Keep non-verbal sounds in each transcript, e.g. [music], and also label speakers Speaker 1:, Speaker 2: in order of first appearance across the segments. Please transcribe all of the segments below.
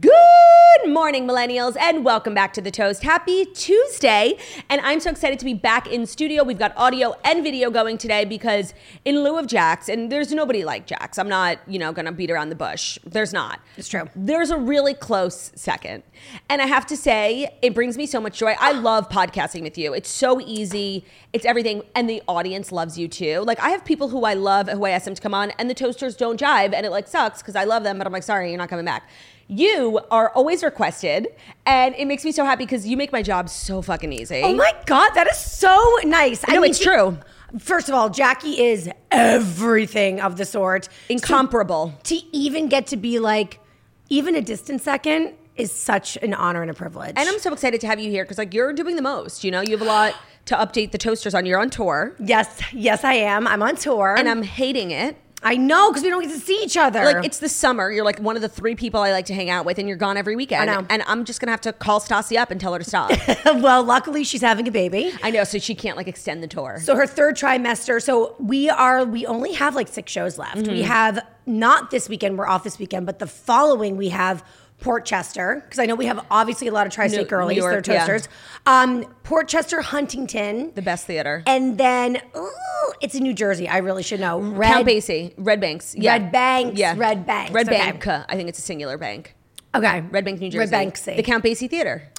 Speaker 1: Good morning, millennials, and welcome back to the Toast. Happy Tuesday. And I'm so excited to be back in studio. We've got audio and video going today because, in lieu of Jax, and there's nobody like Jax, I'm not, you know, gonna beat around the bush. There's not.
Speaker 2: It's true.
Speaker 1: There's a really close second. And I have to say, it brings me so much joy. I love podcasting with you. It's so easy, it's everything. And the audience loves you too. Like, I have people who I love who I ask them to come on, and the Toasters don't jive, and it like sucks because I love them, but I'm like, sorry, you're not coming back you are always requested and it makes me so happy because you make my job so fucking easy
Speaker 2: Oh my god, that is so nice.
Speaker 1: No, it's
Speaker 2: she-
Speaker 1: true.
Speaker 2: First of all, Jackie is everything of the sort.
Speaker 1: Incomparable.
Speaker 2: So to even get to be like even a distant second is such an honor and a privilege.
Speaker 1: and i'm so excited to have you here because like you're doing the most you know you have a lot to update the toasters on you're on tour
Speaker 2: yes, yes, I am. I'm on tour,
Speaker 1: and i'm hating it
Speaker 2: I know because we don't get to see each other.
Speaker 1: like it's the summer you're like one of the three people i like to hang out with and you're gone every weekend
Speaker 2: I know.
Speaker 1: and i'm just gonna have to call stassi up and tell her to
Speaker 2: [laughs]
Speaker 1: stop
Speaker 2: well, luckily she's having a baby.
Speaker 1: i know so she can't like extend the tour
Speaker 2: So her third trimester. So we are we only have like six shows left.
Speaker 1: Mm-hmm.
Speaker 2: We have not this weekend. We're off this weekend, but the following we have Port Chester because I know we have obviously a lot of tri-state
Speaker 1: New-
Speaker 2: girlies.
Speaker 1: New
Speaker 2: they're
Speaker 1: York, yeah.
Speaker 2: toasters. Um, Port Chester, Huntington,
Speaker 1: the best theater
Speaker 2: and then ooh, it's in New Jersey. I really should know. Red,
Speaker 1: Count Basie, Red Banks, yeah.
Speaker 2: Red Banks, Red Banks,
Speaker 1: Red
Speaker 2: okay.
Speaker 1: Bank. uh, I think it's a singular bank.
Speaker 2: Okay,
Speaker 1: Red Bank, New Jersey.
Speaker 2: Red Banksy.
Speaker 1: The Count Basie Theater.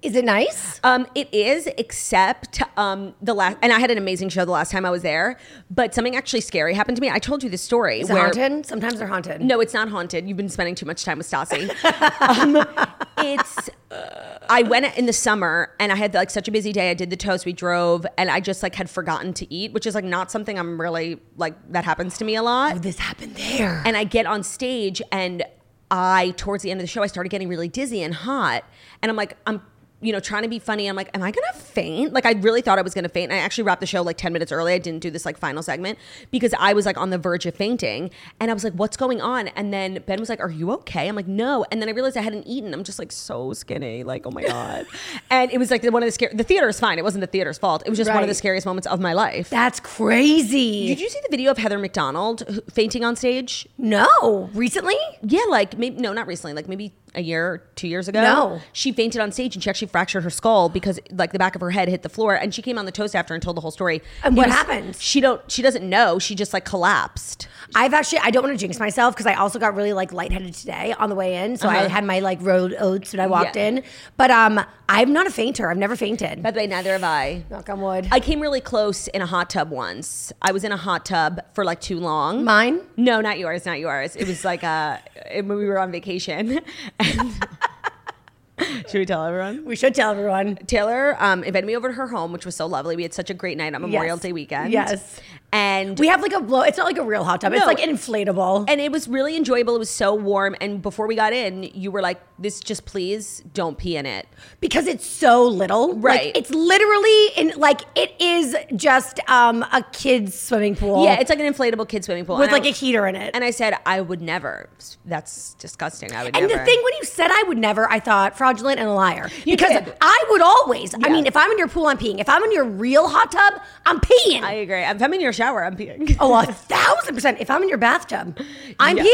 Speaker 2: Is it nice?
Speaker 1: Um, it is, except um, the last, and I had an amazing show the last time I was there. But something actually scary happened to me. I told you this story.
Speaker 2: Is it haunted? Sometimes they're haunted.
Speaker 1: No, it's not haunted. You've been spending too much time with Stassi. um, it's. uh, I went in the summer and I had like such a busy day. I did the toast. We drove, and I just like had forgotten to eat, which is like not something I'm really like that happens to me a lot.
Speaker 2: this happened there.
Speaker 1: and I get on stage and I towards the end of the show I started getting really dizzy and hot and I'm like I'm you know trying to be funny I'm like am I gonna faint like I really thought I was gonna faint I actually wrapped the show like 10 minutes early I didn't do this like final segment because I was like on the verge of fainting and I was like what's going on and then Ben was like are you okay I'm like no and then I realized I hadn't eaten I'm just like so skinny like [laughs] oh my god and it was like one of the scary the theater is fine it wasn't the theater's fault it was just one of the
Speaker 2: Right.
Speaker 1: scariest moments of my life
Speaker 2: That's crazy.
Speaker 1: did you see the video of Heather McDonald who- fainting on stage
Speaker 2: no, recently?
Speaker 1: yeah, like maybe no, not recently. Like maybe a year, two years ago.
Speaker 2: No.
Speaker 1: she fainted on stage and she actually fractured her skull because like the back of her head hit the floor. And she came on the toast after and told the whole story.
Speaker 2: And
Speaker 1: It
Speaker 2: what happened?
Speaker 1: She don't. She doesn't know. She just like collapsed.
Speaker 2: I've actually I don't want to jinx myself because I also got really like lightheaded today on the way in. So I
Speaker 1: Uh-huh.
Speaker 2: had my like road oats when I walked
Speaker 1: Yeah.
Speaker 2: in. But um I'm not a fainter. I've never fainted.
Speaker 1: By the way, neither have I.
Speaker 2: Knock on wood.
Speaker 1: I came really close in a hot tub once. I was in a hot tub for like too long.
Speaker 2: Mine?
Speaker 1: No, not yours. Not yours. It was like uh, [laughs] when we were on vacation. [laughs]
Speaker 2: [laughs]
Speaker 1: And- Should we tell everyone?
Speaker 2: We should tell everyone.
Speaker 1: Taylor um, invited me over to her home, which was so lovely. We had such a great night on Memorial
Speaker 2: Yes.
Speaker 1: Day weekend.
Speaker 2: Yes.
Speaker 1: and
Speaker 2: We have like a blow it's not like a real hot tub. It's
Speaker 1: No.
Speaker 2: like an inflatable.
Speaker 1: and it was really enjoyable. It was so warm. And before we got in, you were like, "This just please don't pee in it."
Speaker 2: because it's so little. Like,
Speaker 1: Right.
Speaker 2: it's literally in like it is just um a kid's swimming pool.
Speaker 1: Yeah, it's like an inflatable kid swimming pool
Speaker 2: with
Speaker 1: And I-
Speaker 2: like a heater in it.
Speaker 1: And I said, "I would never." That's disgusting. I would.
Speaker 2: And
Speaker 1: never.
Speaker 2: the thing when you said I would never, I thought fraudulent and a liar.
Speaker 1: You
Speaker 2: because
Speaker 1: did.
Speaker 2: I would always. I
Speaker 1: Yeah.
Speaker 2: mean, if I'm in your pool, I'm peeing. If I'm in your real hot tub, I'm peeing.
Speaker 1: I agree. If I'm in your shower, I'm peeing.
Speaker 2: Oh, a thousand percent. If I'm in your bathtub, I'm
Speaker 1: Yeah.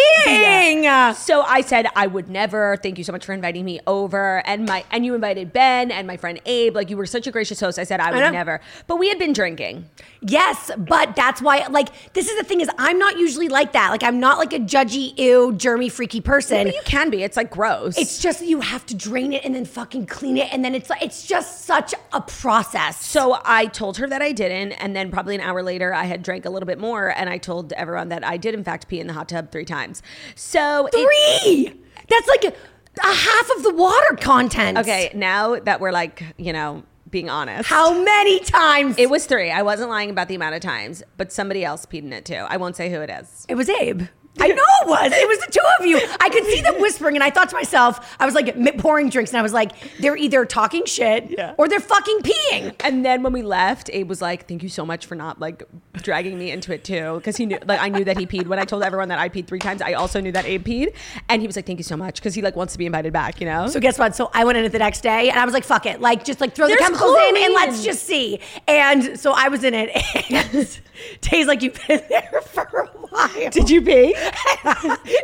Speaker 1: [laughs]
Speaker 2: peeing.
Speaker 1: So I said I would never. Thank you so much for inviting me over, and my and you invited Ben and my friend Abe. Like you were such a gracious host. I said I would
Speaker 2: know.
Speaker 1: never, but we had been drinking.
Speaker 2: Yes, but that's why. Like, this is the thing: is I'm not usually like that. Like, I'm not like a judgy, ew, germy, freaky person.
Speaker 1: But you can be. It's like gross.
Speaker 2: It's just that you have to drain it and then fucking clean it, and then it's like it's just such a process.
Speaker 1: So I told her that I didn't, and then probably an hour later, I had drank a little bit more, and I told everyone that I did in fact pee in the hot tub three times. So it-
Speaker 2: Three. That's like a half of the water content.
Speaker 1: okay, now that we're like you know being honest,
Speaker 2: How many times?
Speaker 1: it was three. I wasn't lying about the amount of times, but somebody else peed in it too. I won't say who it is.
Speaker 2: It was Abe. [laughs] I know it was. It was the two of you. I could see them whispering, and I thought to myself, I was like mi- pouring drinks, and I was like, they're either talking shit or they're fucking peeing.
Speaker 1: And then when we left, Abe was like, "Thank you so much for not like dragging me into it too," because he knew like I knew that he peed. When I told everyone that I peed three times, I also knew that Abe peed, and he was like, "Thank you so much," because he like wants to be invited back, you know.
Speaker 2: So guess what? So I went in it the next day, and I was like, fuck it, like just like throw the
Speaker 1: There's
Speaker 2: chemicals in and
Speaker 1: chlorine.
Speaker 2: let's just see. And so I was in it, [laughs] and Tay's like, you've been there [laughs] for a while.
Speaker 1: Did you pee?
Speaker 2: [laughs]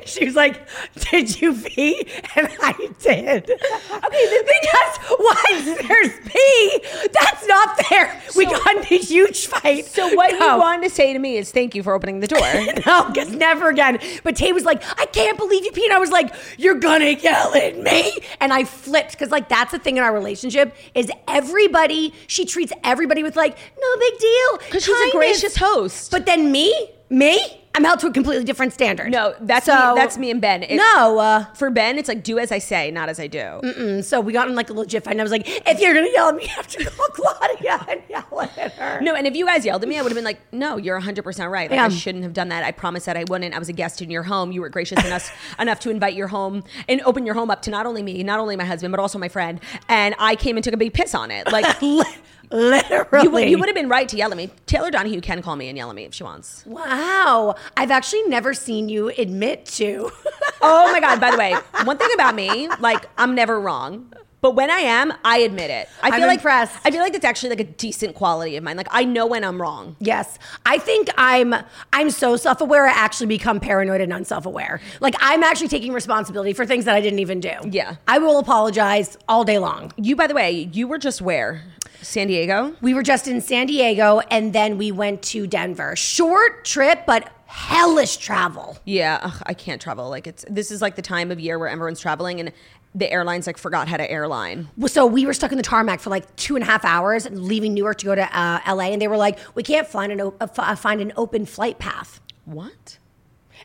Speaker 2: she was like, "Did you pee?" And I did. Okay, because once there's pee, that's not fair. we
Speaker 1: So-
Speaker 2: got in a huge fight.
Speaker 1: So what
Speaker 2: No.
Speaker 1: you wanted to say to me is thank you for opening the
Speaker 2: [laughs]
Speaker 1: door.
Speaker 2: No, because never again. But Tay was like, I can't believe you, Pete. And I was like, You're gonna yell at me. And I flipped because like that's the thing in our relationship is everybody she treats everybody with like no big deal
Speaker 1: 'Cause she's a gracious host.
Speaker 2: But then me, me, I'm held to a completely different standard.
Speaker 1: No, that's me, that's me and Ben. It-
Speaker 2: no, uh,
Speaker 1: For Ben, it's like do as I say, not as I do.
Speaker 2: and so we got in like a little jiff, and I was like, If you're gonna yell at me, [laughs] you have to call Claudia and yell at her.
Speaker 1: No, and if you guys yelled at me, I would have been like, "No, you're 100 percent right. Like,
Speaker 2: Yeah.
Speaker 1: I shouldn't have done that. I promised that I wouldn't. I was a guest in your home. You were gracious enough enough to invite your home and open your home up to not only me, not only my husband, but also my friend. And I came and took a big piss on it. Like
Speaker 2: Li- [laughs] literally,
Speaker 1: you, would- you would have been right to yell at me. Taylor Donahue can call me and yell at me if she wants.
Speaker 2: Wow, I've actually never seen you admit to. [laughs]
Speaker 1: Oh my god! By the way, one thing about me, like I'm never wrong, but when I am, I admit it. I
Speaker 2: I'm
Speaker 1: feel like
Speaker 2: impressed.
Speaker 1: I feel like that's actually like a decent quality of mine. Like I know when I'm wrong.
Speaker 2: Yes. I think I'm I'm so self-aware I actually become paranoid and unself-aware. Like I'm actually taking responsibility for things that I didn't even do.
Speaker 1: Yeah.
Speaker 2: I will apologize all day long.
Speaker 1: You, by the way, you were just where San Diego.
Speaker 2: We were just in San Diego and then we went to Denver. Short trip but hellish travel.
Speaker 1: Yeah, ugh, I can't travel. Like it's this is like the time of year where everyone's traveling and the airlines like forgot how to airline.
Speaker 2: So we were stuck in the tarmac for like two and a half hours, leaving Newark to go to uh, LA, and they were like, "We can't find an o- uh, fi- find an open flight path."
Speaker 1: What?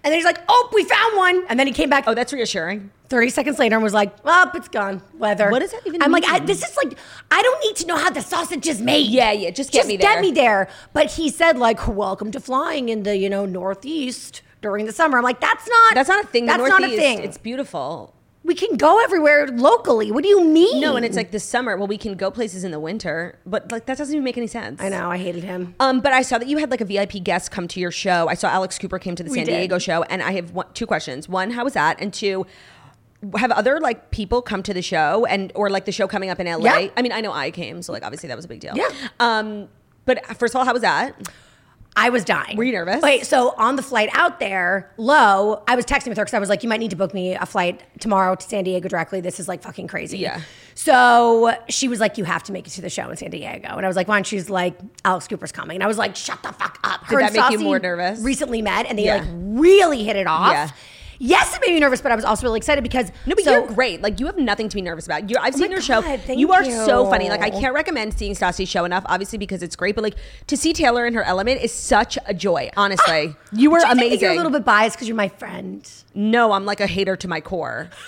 Speaker 2: And then he's like, "Oh, we found one!" And then he came back.
Speaker 1: Oh, that's reassuring.
Speaker 2: 30 seconds later and was like, well, it's gone. Weather.
Speaker 1: What does that even
Speaker 2: I'm like, I,
Speaker 1: mean?
Speaker 2: this is like, I don't need to know how the sausage is made.
Speaker 1: Yeah, yeah, just get me
Speaker 2: get
Speaker 1: there.
Speaker 2: me there. But he said, like, welcome to flying in the, you know, Northeast during the summer. I'm like, that's not.
Speaker 1: That's not a thing.
Speaker 2: That's
Speaker 1: the Northeast,
Speaker 2: not a thing.
Speaker 1: It's beautiful.
Speaker 2: we can go everywhere locally. What do you mean?
Speaker 1: No, and it's like the summer. Well, we can go places in the winter, but like that doesn't even make any sense.
Speaker 2: I know, I hated him.
Speaker 1: Um, but I saw that you had like a VIP guest come to your show. I saw Alex Cooper came to the San
Speaker 2: did.
Speaker 1: Diego show, and I have one, two questions. One, how was that? And two, have other like people come to the show and or like the show coming up in LA?
Speaker 2: Yeah.
Speaker 1: I mean, I know I came, so like obviously that was a big deal.
Speaker 2: Yeah.
Speaker 1: Um, but first of all, how was that?
Speaker 2: I was dying.
Speaker 1: Were you nervous?
Speaker 2: Wait, so on the flight out there, low, I was texting with her because I was like, you might need to book me a flight tomorrow to San Diego directly. This is like fucking crazy.
Speaker 1: Yeah.
Speaker 2: So she was like, you have to make it to the show in San Diego. And I was like, why? And she's like, Alex Cooper's coming. And I was like, shut the fuck up. Her
Speaker 1: that
Speaker 2: and
Speaker 1: make you
Speaker 2: Saucy
Speaker 1: more nervous?
Speaker 2: Recently met and they
Speaker 1: Yeah.
Speaker 2: like really hit it off.
Speaker 1: Yeah.
Speaker 2: Yes, it made me nervous, but I was also really excited because
Speaker 1: No, but
Speaker 2: so-
Speaker 1: you're great. Like you have nothing to be nervous about. You're, I've seen
Speaker 2: my
Speaker 1: your show.
Speaker 2: God, thank
Speaker 1: you are
Speaker 2: you.
Speaker 1: so funny. Like I can't recommend seeing Stassi's show enough, obviously because it's great. But like to see Taylor in her element is such a joy. Honestly, Ah, you were
Speaker 2: Do you think that
Speaker 1: amazing.
Speaker 2: You're a little bit biased because you're my friend.
Speaker 1: no, I'm like a hater to my core, [laughs]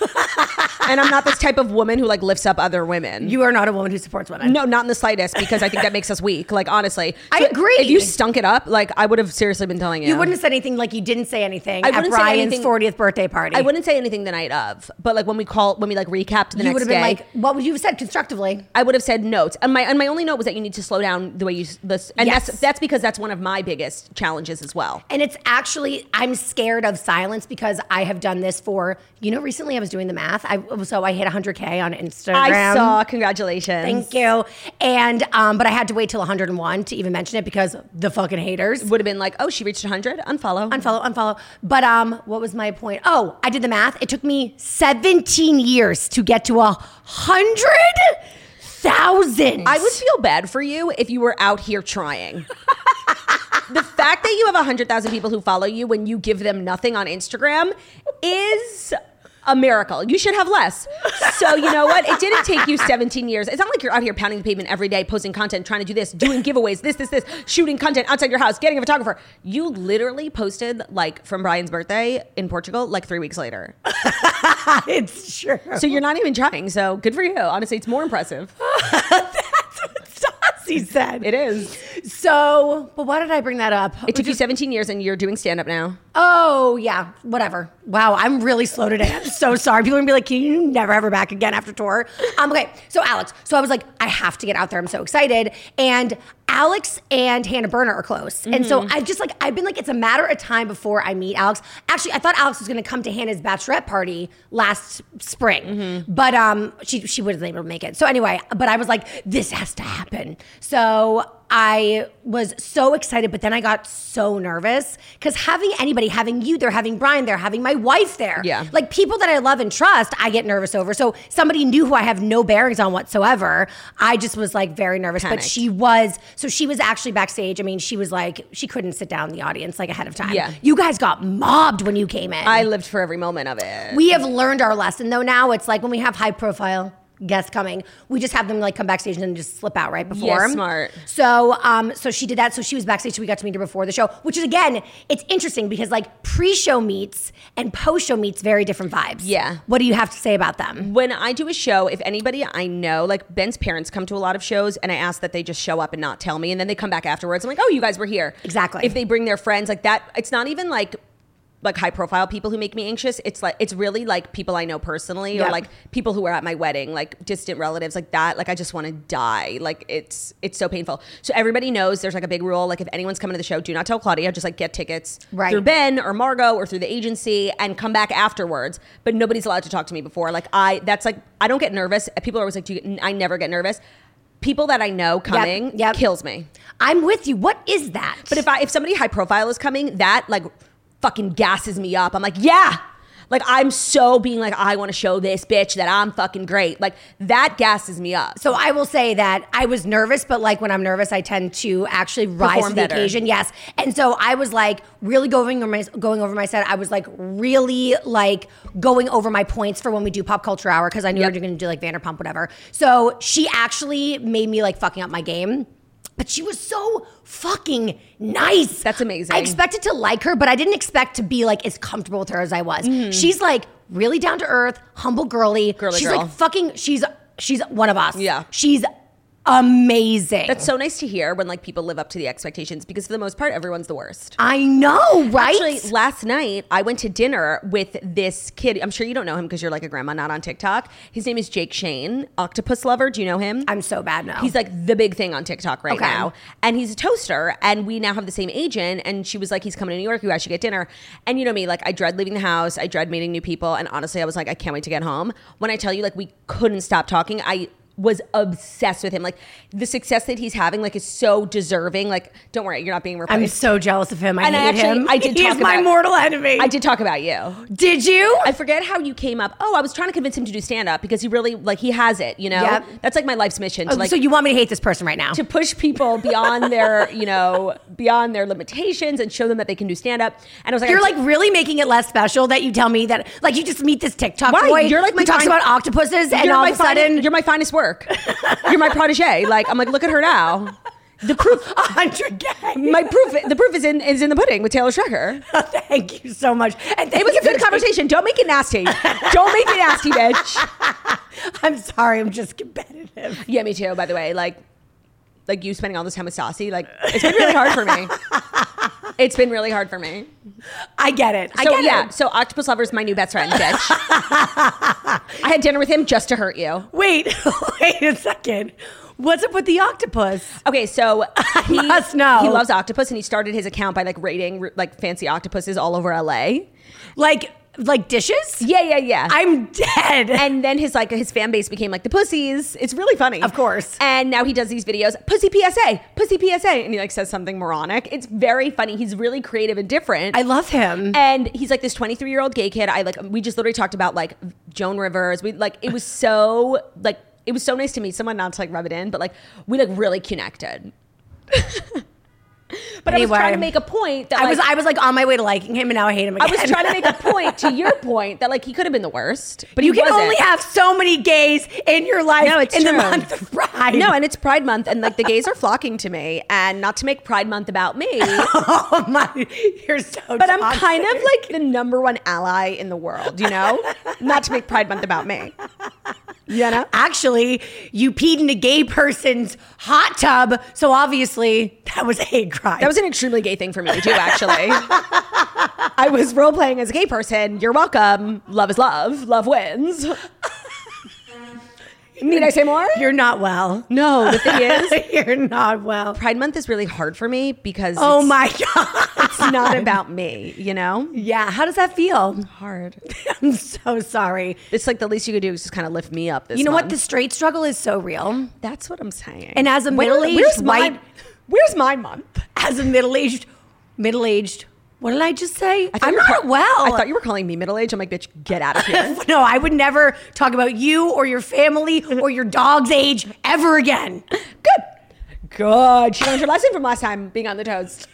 Speaker 1: and I'm not this type of woman who like lifts up other women.
Speaker 2: You are not a woman who supports women.
Speaker 1: no, not in the slightest, because I think that makes us weak. Like honestly,
Speaker 2: I agree.
Speaker 1: If you stunk it up, like I would have seriously been telling you.
Speaker 2: You wouldn't have said anything like you didn't say anything
Speaker 1: I
Speaker 2: at
Speaker 1: wouldn't say
Speaker 2: Brian's
Speaker 1: anything-
Speaker 2: 40th birthday party.
Speaker 1: I wouldn't say anything the night of, but like when we call, when we like recapped the
Speaker 2: You would
Speaker 1: next
Speaker 2: have
Speaker 1: day,
Speaker 2: been like, what would you have said constructively?
Speaker 1: I would have said notes. And my and my only note was that you need to slow down the way you s- this, and
Speaker 2: Yes.
Speaker 1: that's that's because that's one of my biggest challenges as well.
Speaker 2: And it's actually, I'm scared of silence because I have done this for, you know, recently I was doing the math. I So I hit 100K on Instagram.
Speaker 1: I saw. Congratulations.
Speaker 2: Thank you. And, um, but I had to wait till 101 to even mention it because the fucking haters.
Speaker 1: Would have been like, oh, she reached 100. Unfollow.
Speaker 2: Unfollow, unfollow. But um, what was my point? Oh, I did the math. It took me 17 years to get to a hundred thousand.
Speaker 1: I would feel bad for you if you were out here trying. the fact that you have 100,000 people who follow you when you give them nothing on Instagram is a miracle. You should have less. So, you know what? It didn't take you 17 years. It's not like you're out here pounding the pavement every day, posting content, trying to do this, doing giveaways, this, this, this, shooting content outside your house, getting a photographer. You literally posted, like, from Brian's birthday in Portugal, like three weeks later.
Speaker 2: It's true.
Speaker 1: So, you're not even trying. So, good for you. Honestly, it's more
Speaker 2: [laughs]
Speaker 1: impressive.
Speaker 2: Stassi said
Speaker 1: It is.
Speaker 2: So, but why did I bring that up?
Speaker 1: It took you 17 years and you're doing stand up now.
Speaker 2: Oh yeah, whatever. Wow, I'm really slow today. I'm so sorry. People are gonna be like, "Can you never have her back again after tour?" Um, okay, so Alex. So I was like, I have to get out there. I'm so excited. And Alex and Hannah Burner are close, and so I just like I've been like, it's a matter of time before I meet Alex. Actually, I thought Alex was gonna come to Hannah's bachelorette party last spring, but um, she she wasn't able to make it. So anyway, but I was like, this has to happen. So I was so excited, but then I got so nervous because having anybody, having you there, having Brian there, having my wife there,
Speaker 1: Yeah.
Speaker 2: like people that I love and trust, I get nervous over. So somebody new who I have no bearings on whatsoever, I just was like very nervous. But
Speaker 1: Panicked.
Speaker 2: she was, so she was actually backstage. I mean, she was like, she couldn't sit down in the audience like ahead of time.
Speaker 1: Yeah.
Speaker 2: You guys got mobbed when you came in.
Speaker 1: I lived for every moment of it.
Speaker 2: we have learned our lesson though now. It's like when we have high profile guests coming, we just have them like come backstage and then just slip out right before.
Speaker 1: Yeah, smart.
Speaker 2: So, um, so she did that. So she was backstage. So we got to meet her before the show, which is again, it's interesting because like pre-show meets and post-show meets very different vibes.
Speaker 1: Yeah.
Speaker 2: What do you have to say about them?
Speaker 1: when I do a show, if anybody I know, like Ben's parents come to a lot of shows, and I ask that they just show up and not tell me, and then they come back afterwards. I'm like, oh, you guys were here.
Speaker 2: Exactly.
Speaker 1: If they bring their friends, like that, it's not even like like high profile people who make me anxious. It's like it's really like people I know personally,
Speaker 2: Yep.
Speaker 1: or like people who were at my wedding, like distant relatives, like that. Like I just want to die. Like it's it's so painful. So everybody knows there's like a big rule. Like if anyone's coming to the show, do not tell Claudia. Just like get tickets
Speaker 2: Right.
Speaker 1: through Ben or Margot or through the agency and come back afterwards. But nobody's allowed to talk to me before. Like I, that's like I don't get nervous. People are always like, do you get, I never get nervous. People that I know coming
Speaker 2: yep.
Speaker 1: kills me.
Speaker 2: I'm with you. What is that?
Speaker 1: But if I, if somebody high profile is coming, that like fucking gasses me up. I'm like, yeah. Like I'm so being like, I want to show this bitch that I'm fucking great. Like that gasses me up.
Speaker 2: So I will say that I was nervous, but like when I'm nervous, I tend to actually rise
Speaker 1: Perform
Speaker 2: to the
Speaker 1: better.
Speaker 2: occasion. Yes, and so I was like really going over my going over my set. I was like really like going over my points for when we do pop culture hour because I knew
Speaker 1: Yep.
Speaker 2: we were going to do like Vanderpump, whatever. So she actually made me like fucking up my game. But she was so fucking nice.
Speaker 1: That's amazing.
Speaker 2: I expected to like her, but I didn't expect to be like as comfortable with her as I was. She's like really down to earth, humble girly.
Speaker 1: Mm-hmm. Girly
Speaker 2: she's
Speaker 1: girl.
Speaker 2: like fucking she's she's one of us.
Speaker 1: Yeah.
Speaker 2: She's amazing.
Speaker 1: It's so nice to hear when like people live up to the expectations because for the most part, everyone's the worst.
Speaker 2: I know, right?
Speaker 1: Actually, last night I went to dinner with this kid. I'm sure you don't know him because you're like a grandma, not on TikTok. His name is Jake Shane, octopus lover. Do you know him?
Speaker 2: I'm so bad now.
Speaker 1: He's like the big thing on TikTok right
Speaker 2: Okay.
Speaker 1: now. And he's a toaster. And we now have the same agent. And she was like, he's coming to New York. You guys should get dinner. And you know me, like, I dread leaving the house. I dread meeting new people. And honestly, I was like, I can't wait to get home. When I tell you, like, we couldn't stop talking, I was obsessed with him. Like, the success that he's having, like, is so deserving. Like, don't worry, you're not being replaced.
Speaker 2: I'm so jealous of him. I
Speaker 1: And I
Speaker 2: hate
Speaker 1: actually-
Speaker 2: him.
Speaker 1: I did
Speaker 2: He's
Speaker 1: talk
Speaker 2: my
Speaker 1: about-
Speaker 2: mortal enemy.
Speaker 1: I did talk about you.
Speaker 2: Did you?
Speaker 1: I forget how you came up. Oh, I was trying to convince him to do stand up because he really like he has it, you know.
Speaker 2: Yep.
Speaker 1: That's like my life's mission to
Speaker 2: Oh,
Speaker 1: like
Speaker 2: so you want me to hate this person right now?
Speaker 1: to push people beyond their, you know, beyond their limitations and show them that they can do stand up. And I was like,
Speaker 2: You're
Speaker 1: I-
Speaker 2: like really making it less special that you tell me that like you just meet this TikTok
Speaker 1: Right,
Speaker 2: boy.
Speaker 1: you're like
Speaker 2: who
Speaker 1: my
Speaker 2: talks
Speaker 1: fin-
Speaker 2: about octopuses and
Speaker 1: you're
Speaker 2: all
Speaker 1: my
Speaker 2: of a sudden [laughs]
Speaker 1: finest, you're my finest work. you're my protege. Like I'm like, look at her now. The
Speaker 2: [laughs]
Speaker 1: proof,
Speaker 2: hundred K.
Speaker 1: my proof, the proof is in is in the pudding with Taylor Strecker.
Speaker 2: Thank you so much. And
Speaker 1: It was a good conversation. Don't make it nasty. Don't make it nasty, bitch.
Speaker 2: I'm sorry, I'm just competitive.
Speaker 1: Yeah, me too. By the way, like. Like you spending all this time with Saucy, like it's been really hard for me. It's been really hard for me.
Speaker 2: I get it. I
Speaker 1: So
Speaker 2: get
Speaker 1: yeah,
Speaker 2: it.
Speaker 1: so octopus lover's my new best friend, bitch. [laughs] I had dinner with him just to hurt you.
Speaker 2: Wait, [laughs] wait a second. What's up with the octopus?
Speaker 1: Okay,
Speaker 2: [laughs]
Speaker 1: so he,
Speaker 2: must know.
Speaker 1: he loves octopus, and he started his account by like rating like fancy octopuses all over LA.
Speaker 2: Like, like dishes?
Speaker 1: Yeah, yeah, yeah.
Speaker 2: I'm dead.
Speaker 1: and then his like his fan base became like the pussies. It's really funny,
Speaker 2: Of course.
Speaker 1: And now he does these videos, pussy PSA, pussy PSA, and he like says something moronic. It's very funny. He's really creative and different.
Speaker 2: I love him.
Speaker 1: and he's like this 23 year old gay kid. I like we just literally talked about like Joan Rivers. We like it was so like it was so nice to meet someone. Not to like rub it in, but like we like really connected. [laughs] but I
Speaker 2: Anyway.
Speaker 1: was trying to make a point that
Speaker 2: I was
Speaker 1: like,
Speaker 2: I was like on my way to liking him, and now I hate him
Speaker 1: I
Speaker 2: again. [laughs]
Speaker 1: was trying to make a point to your point that like he could have been the worst, but
Speaker 2: you
Speaker 1: he
Speaker 2: can
Speaker 1: wasn't.
Speaker 2: only have so many gays in your life.
Speaker 1: No, it's
Speaker 2: in the
Speaker 1: true.
Speaker 2: month of Pride.
Speaker 1: No, and it's Pride Month, and like the gays are flocking to me, and not to make Pride Month about
Speaker 2: [laughs]
Speaker 1: me,
Speaker 2: [laughs] oh my, you're so.
Speaker 1: but I'm kind of like the number one ally in the world, you know? not to make Pride Month about me. You know?
Speaker 2: Actually, you peed in a gay person's hot tub, so obviously that was a hate crime.
Speaker 1: That was an extremely gay thing for me to do, actually. I was role playing as a gay person. You're welcome. Love is love. Love wins. Need I say more?
Speaker 2: you're not well. [laughs]
Speaker 1: no, the [laughs] thing is,
Speaker 2: you're not well.
Speaker 1: Pride Month is really hard for me because
Speaker 2: Oh
Speaker 1: it's-
Speaker 2: my god.
Speaker 1: it's not about me, you know?
Speaker 2: Yeah, how does that feel? [laughs]
Speaker 1: Hard.
Speaker 2: I'm so sorry.
Speaker 1: It's like the least you could do is just kind of lift me up. This
Speaker 2: You know what?
Speaker 1: month.
Speaker 2: The straight struggle is so real.
Speaker 1: that's what I'm saying.
Speaker 2: And as a
Speaker 1: Where-
Speaker 2: middle-aged
Speaker 1: where's my-
Speaker 2: white-
Speaker 1: where's my month?
Speaker 2: As a middle-aged, middle-aged. What did I just say?
Speaker 1: I thought
Speaker 2: I'm
Speaker 1: you were
Speaker 2: not
Speaker 1: call-
Speaker 2: well.
Speaker 1: I thought you were calling me middle aged. I'm like, bitch, get out of
Speaker 2: [laughs]
Speaker 1: here.
Speaker 2: No, I would never talk about you or
Speaker 1: [laughs]
Speaker 2: your family or your dog's age ever again.
Speaker 1: Good. Good. She learned her lesson from last time being on the toast.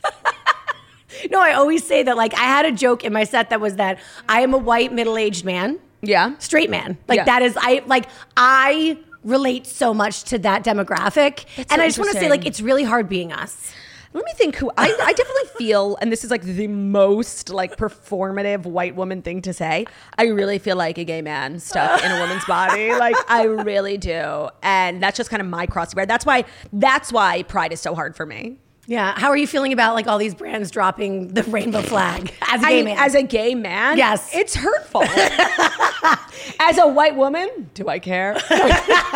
Speaker 2: No, I always say that. Like, I had a joke in my set that was that I am a white middle aged man,
Speaker 1: Yeah.
Speaker 2: straight man. Like,
Speaker 1: Yeah.
Speaker 2: that is, I like, I relate so much to that demographic.
Speaker 1: That's
Speaker 2: and
Speaker 1: so
Speaker 2: I just want to say,
Speaker 1: interesting.
Speaker 2: like, it's really hard being us.
Speaker 1: Let me think who I, I definitely feel, and this is like the most like performative white woman thing to say. I really feel like a gay man stuck in a woman's body.
Speaker 2: [laughs]
Speaker 1: Like I really do. And that's just kind of my cross to bear. That's why that's why pride is so hard for me.
Speaker 2: Yeah. How are you feeling about like all these brands dropping the rainbow flag as a
Speaker 1: I
Speaker 2: gay
Speaker 1: mean,
Speaker 2: man?
Speaker 1: as a gay man,
Speaker 2: Yes.
Speaker 1: it's hurtful.
Speaker 2: [laughs]
Speaker 1: as a white woman, do I care?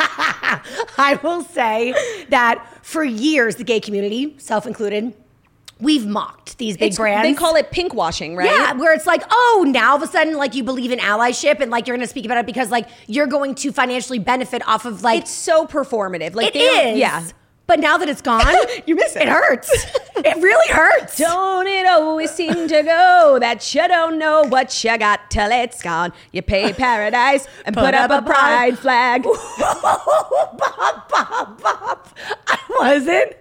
Speaker 2: I will say that for years, the gay community, self included, we've mocked these big
Speaker 1: It's-
Speaker 2: brands.
Speaker 1: They call it pink washing, right?
Speaker 2: Yeah, where it's like, oh, now all of a sudden, like you believe in allyship and like you're going to speak about it because like you're going to financially benefit off of like
Speaker 1: It's so performative. Like
Speaker 2: it
Speaker 1: they don't-
Speaker 2: is.
Speaker 1: Yeah.
Speaker 2: But now that it's [laughs] gone,
Speaker 1: You miss it.
Speaker 2: It hurts. it really hurts. [laughs]
Speaker 1: Don't it always seem to go that you don't know what you got till it's gone? You pay paradise and put, up, a pride flag.
Speaker 2: Bop, bop, bop. I wasn't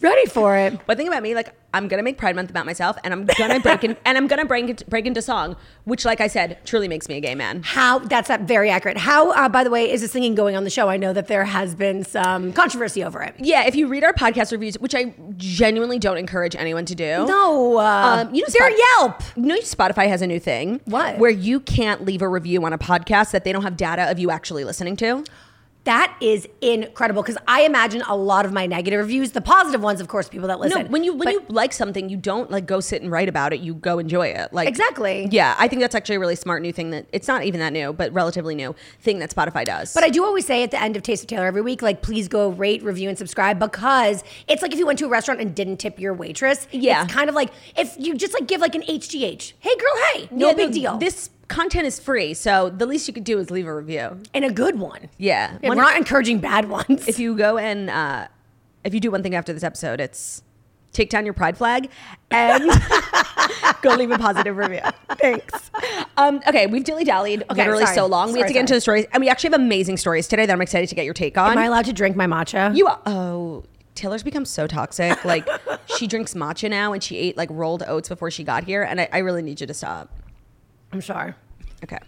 Speaker 2: ready for it.
Speaker 1: But think about me, like I'm gonna make Pride Month about myself, and I'm gonna break in, and I'm gonna break it, break into song, which, like I said, truly makes me a gay man.
Speaker 2: How that's uh, very accurate. How, uh, by the way, is the singing going on the show? I know that there has been some controversy over it.
Speaker 1: Yeah, if you read our podcast reviews, which I genuinely don't encourage anyone to do.
Speaker 2: No, uh,
Speaker 1: Um, you know,
Speaker 2: they're
Speaker 1: Spot-
Speaker 2: Yelp.
Speaker 1: No, Spotify has a new thing.
Speaker 2: What?
Speaker 1: Where you can't leave a review on a podcast that they don't have data of you actually listening to.
Speaker 2: That is incredible because I imagine a lot of my negative reviews, the positive ones, of course, people that listen.
Speaker 1: no, when you when
Speaker 2: but-
Speaker 1: you like something, you don't like go sit and write about it. You go enjoy it. Like
Speaker 2: Exactly.
Speaker 1: Yeah, I think that's actually a really smart new thing that it's not even that new, but relatively new thing that Spotify does.
Speaker 2: But I do always say at the end of Taste of Taylor every week, like, please go rate, review, and subscribe because it's like if you went to a restaurant and didn't tip your waitress.
Speaker 1: Yeah.
Speaker 2: It's kind of like if you just like give like an HGH. Hey, girl, hey, no
Speaker 1: Yeah,
Speaker 2: big
Speaker 1: no,
Speaker 2: deal.
Speaker 1: This content is free, so the least you could do is leave a review.
Speaker 2: and a good one.
Speaker 1: Yeah.
Speaker 2: And
Speaker 1: One-
Speaker 2: we're not encouraging bad ones.
Speaker 1: if you go and uh, if you do one thing after this episode, it's take down your pride flag and [laughs] go leave a positive review. Thanks. Um, okay, we've dilly dallied
Speaker 2: Okay,
Speaker 1: literally
Speaker 2: sorry.
Speaker 1: so long. we have
Speaker 2: Sorry,
Speaker 1: to get into
Speaker 2: sorry.
Speaker 1: the stories, and we actually have amazing stories today that I'm excited to get your take on.
Speaker 2: Am I allowed to drink my matcha?
Speaker 1: You are, oh, Taylor's become so toxic. Like she drinks matcha now, and she ate like rolled oats before she got here, and I, I really need you to stop.
Speaker 2: I'm sorry.
Speaker 1: Okay.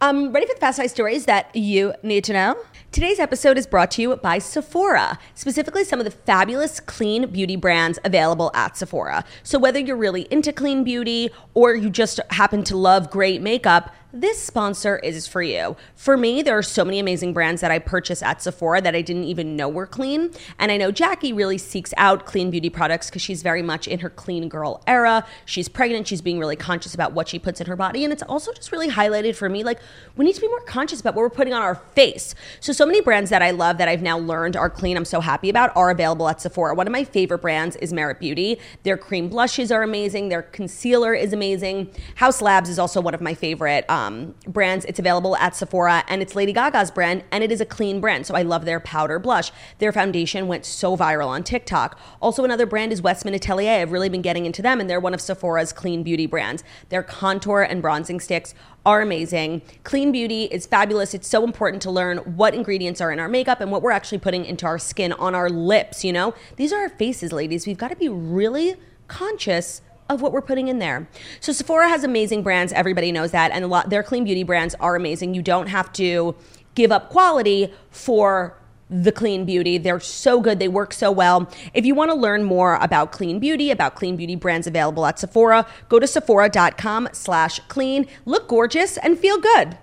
Speaker 1: Um, ready for the fast five stories that you need to know? Today's episode is brought to you by Sephora, specifically some of the fabulous clean beauty brands available at Sephora. So whether you're really into clean beauty or you just happen to love great makeup, this sponsor is for you. For me, there are so many amazing brands that I purchase at Sephora that I didn't even know were clean. And I know Jackie really seeks out clean beauty products because she's very much in her clean girl era. She's pregnant, she's being really conscious about what she puts in her body. And it's also just really highlighted for me like, we need to be more conscious about what we're putting on our face. So, so many brands that I love that I've now learned are clean, I'm so happy about, are available at Sephora. One of my favorite brands is Merit Beauty. Their cream blushes are amazing, their concealer is amazing. House Labs is also one of my favorite um, brands. It's available at Sephora and it's Lady Gaga's brand and it is a clean brand. So I love their powder blush. Their foundation went so viral on TikTok. Also, another brand is Westman Atelier. I've really been getting into them and they're one of Sephora's clean beauty brands. Their contour and bronzing sticks are amazing. Clean beauty is fabulous. It's so important to learn what ingredients are in our makeup and what we're actually putting into our skin on our lips, you know? These are our faces, ladies. We've got to be really conscious of what we're putting in there. So Sephora has amazing brands, everybody knows that, and a lot their clean beauty brands are amazing. You don't have to give up quality for the clean beauty. They're so good. They work so well. If you want to learn more about clean beauty, about clean beauty brands available at Sephora, go to sephora.com slash clean. Look gorgeous and feel good.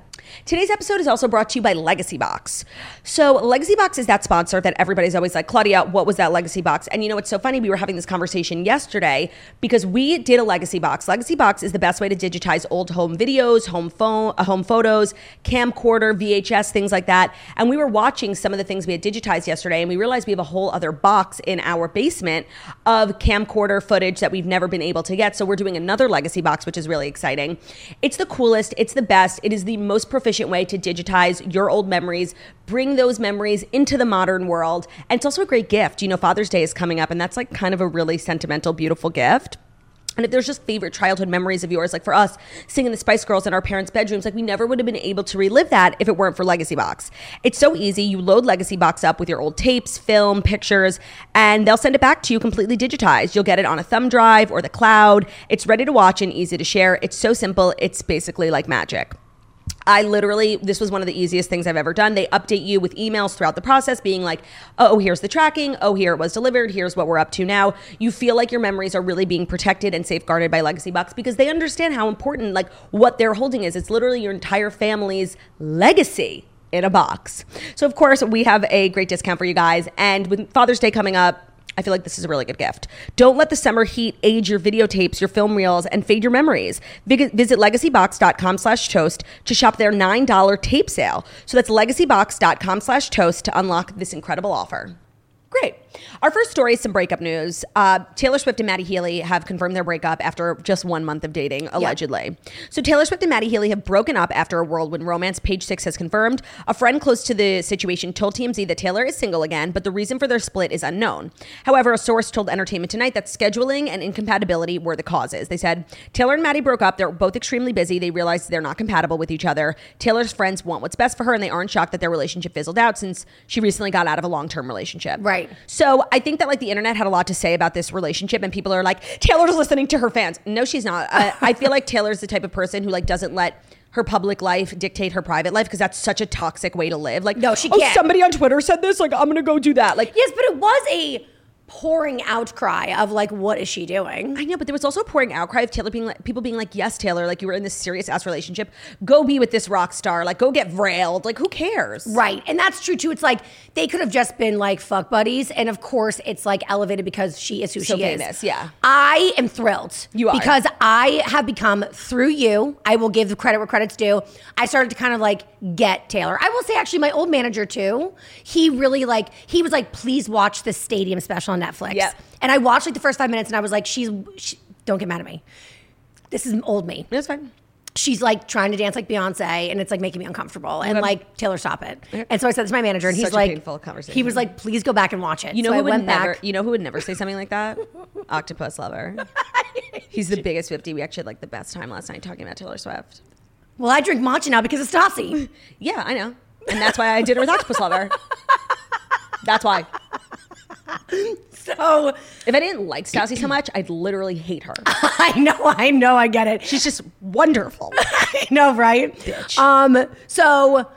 Speaker 1: Today's episode is also brought to you by Legacy Box. So, Legacy Box is that sponsor that everybody's always like, Claudia, what was that Legacy Box? And you know, it's so funny. We were having this conversation yesterday because we did a Legacy Box. Legacy Box is the best way to digitize old home videos, home phone, uh, home photos, camcorder, VHS, things like that. And we were watching some of the things we had digitized yesterday, and we realized we have a whole other box in our basement of camcorder footage that we've never been able to get. So, we're doing another Legacy Box, which is really exciting. It's the coolest, it's the best, it is the most proficient way to digitize your old memories, bring those memories into the modern world. And it's also a great gift. You know, Father's Day is coming up, and that's like kind of a really sentimental, beautiful gift. And if there's just favorite childhood memories of yours, like for us singing the Spice Girls in our parents' bedrooms, like we never would have been able to relive that if it weren't for Legacy Box. It's so easy. You load Legacy Box up with your old tapes, film, pictures, and they'll send it back to you completely digitized. You'll get it on a thumb drive or the cloud. It's ready to watch and easy to share. It's so simple. It's basically like magic. I literally, this was one of the easiest things I've ever done. They update you with emails throughout the process, being like, oh, here's the tracking. Oh, here it was delivered. Here's what we're up to now. You feel like your memories are really being protected and safeguarded by Legacy Box because they understand how important, like, what they're holding is. It's literally your entire family's legacy in a box. So, of course, we have a great discount for you guys. And with Father's Day coming up, I feel like this is a really good gift. Don't let the summer heat age your videotapes, your film reels, and fade your memories. Vig- Visit legacybox.com slash toast to shop their $9 tape sale. So that's legacybox.com slash toast to unlock this incredible offer. Great. Our first story is some breakup news. Uh, Taylor Swift and Maddie Healy have confirmed their breakup after just one month of dating, allegedly. So Taylor Swift and Maddie Healy have broken up after a whirlwind romance. Page Six has confirmed. A friend close to the situation told TMZ that Taylor is single again, but the reason for their split is unknown. However, a source told Entertainment Tonight that scheduling and incompatibility were the causes. They said Taylor and Maddie broke up. They're both extremely busy. They realized they're not compatible with each other. Taylor's friends want what's best for her, and they aren't shocked that their relationship fizzled out since she recently got out of a long-term relationship.
Speaker 2: Right.
Speaker 1: So I think that like the internet had a lot to say about this relationship, and people are like, Taylor's listening to her fans. No, she's not. I, I feel like Taylor's the type of person who like doesn't let her public life dictate her private life because that's such a toxic way to live. Like,
Speaker 2: No, she
Speaker 1: "Oh,
Speaker 2: can't."
Speaker 1: somebody on Twitter said this. Like, I'm gonna go do that. Like,
Speaker 2: Yes, but it was a pouring outcry of like, what is she doing?
Speaker 1: I know, but there was also a pouring outcry of Taylor being like, people being like, "Yes, Taylor, like you were in this serious ass relationship. Go be with this rock star. Like, go get railed. Like, who cares?
Speaker 2: Right. And that's true too. It's like they could have just been like fuck buddies. And of course, it's like elevated because she is who
Speaker 1: So
Speaker 2: she
Speaker 1: famous,
Speaker 2: is.
Speaker 1: yeah.
Speaker 2: I am thrilled.
Speaker 1: You are.
Speaker 2: Because I have become, through you, I will give the credit where credit's due. I started to kind of like get Taylor. I will say, actually, my old manager too, he really like, he was like, please watch the stadium special on Netflix.
Speaker 1: Yep.
Speaker 2: And I watched like the first five minutes and I was like, she's, she, don't get mad at me. This is old me
Speaker 1: That's fine.
Speaker 2: she's like trying to dance like Beyonce, and it's like making me uncomfortable. And
Speaker 1: Okay.
Speaker 2: like Taylor, stop it. And so I said to my manager, and he's
Speaker 1: Such a
Speaker 2: like,
Speaker 1: painful conversation.
Speaker 2: He was like, please go back and watch it.
Speaker 1: You know
Speaker 2: so
Speaker 1: who
Speaker 2: I
Speaker 1: would
Speaker 2: went
Speaker 1: never.
Speaker 2: back.
Speaker 1: You know who would never say something like [laughs] that? Octopus lover. He's the biggest fifty. We actually had like the best time last night talking about Taylor Swift.
Speaker 2: Well, I drink matcha now because it's Stassi. [laughs]
Speaker 1: Yeah, I know, and that's why I did it with Octopus lover. That's why.
Speaker 2: so
Speaker 1: If I didn't like Stassi so much, I'd literally hate her.
Speaker 2: I know, I know, I get
Speaker 1: [laughs]
Speaker 2: it.
Speaker 1: She's just wonderful.
Speaker 2: [laughs] I know, right? Bitch. Um, so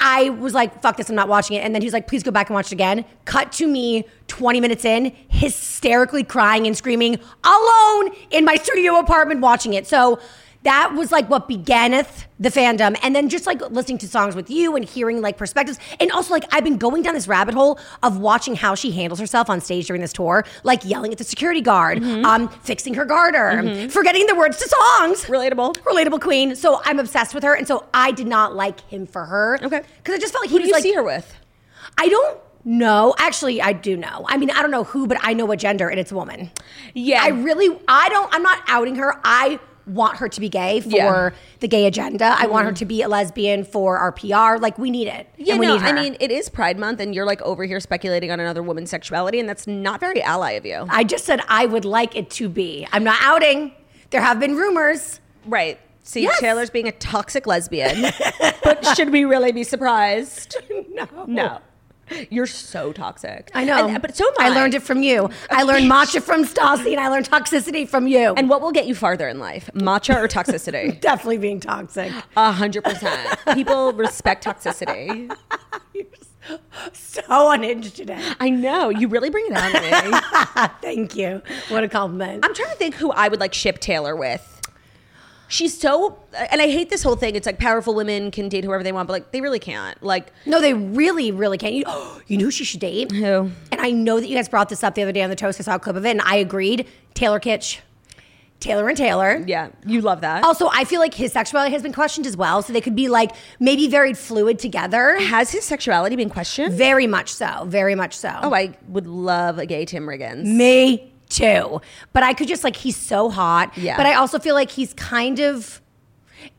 Speaker 2: I was like, fuck this, I'm not watching it. And then he's like, please go back and watch it again. Cut to me 20 minutes in, hysterically crying and screaming alone in my studio apartment watching it. So that was like what beganeth the fandom. And then just like listening to songs with you and hearing like perspectives. And also like I've been going down this rabbit hole of watching how she handles herself on stage during this tour, like yelling at the security guard, um, fixing her garter, forgetting the words to songs.
Speaker 1: Relatable.
Speaker 2: Relatable queen. So I'm obsessed with her. And so I did not like him for her.
Speaker 1: Okay.
Speaker 2: Because I just felt like
Speaker 1: Who do
Speaker 2: he was
Speaker 1: you
Speaker 2: like
Speaker 1: see her with?
Speaker 2: I don't know. Actually, I do know. I mean, I don't know who, but I know a gender, and it's a woman.
Speaker 1: Yeah.
Speaker 2: I really, I don't. I'm not outing her. I want her to be gay for
Speaker 1: Yeah. Mm-hmm.
Speaker 2: the gay agenda. I want her to be a lesbian for our PR. Like we need it.
Speaker 1: Yeah,
Speaker 2: and we
Speaker 1: no,
Speaker 2: need her.
Speaker 1: I mean, it is Pride Month, and you're like over here speculating on another woman's sexuality, and that's not very ally of you.
Speaker 2: I just said I would like it to be. I'm not outing. There have been rumors.
Speaker 1: Right. See,
Speaker 2: Yes.
Speaker 1: Taylor's being a toxic [laughs] lesbian. but should we really be surprised?
Speaker 2: No.
Speaker 1: [laughs] No. You're so toxic.
Speaker 2: I know,
Speaker 1: And- but so am Oh. I.
Speaker 2: I learned it from you. I learned matcha from Stassi, and I learned toxicity from you.
Speaker 1: And what will get you farther in life? Matcha or [laughs] toxicity?
Speaker 2: definitely being toxic.
Speaker 1: A hundred percent. People respect toxicity.
Speaker 2: So unhinged today.
Speaker 1: I know. You really bring it on me.
Speaker 2: Thank you. What a compliment.
Speaker 1: I'm trying to think who I would like ship Taylor with. She's so, and I hate this whole thing. It's like powerful women can date whoever they want, but like they really can't. Like,
Speaker 2: No, they really, really can't. You, [gasps] you know who she should date?
Speaker 1: Who?
Speaker 2: And I know that you guys brought this up the other day on the toast. I saw a clip of it, and I agreed. Taylor Kitsch, Taylor and Taylor.
Speaker 1: yeah, you love that.
Speaker 2: Also, I feel like his sexuality has been questioned as well, so they could be like maybe very fluid together.
Speaker 1: Has his sexuality been questioned?
Speaker 2: Very much so. Very much so.
Speaker 1: Oh, I would love a gay Tim Riggins.
Speaker 2: Me too. But I could just like he's so hot.
Speaker 1: Yeah.
Speaker 2: But I also feel like he's kind of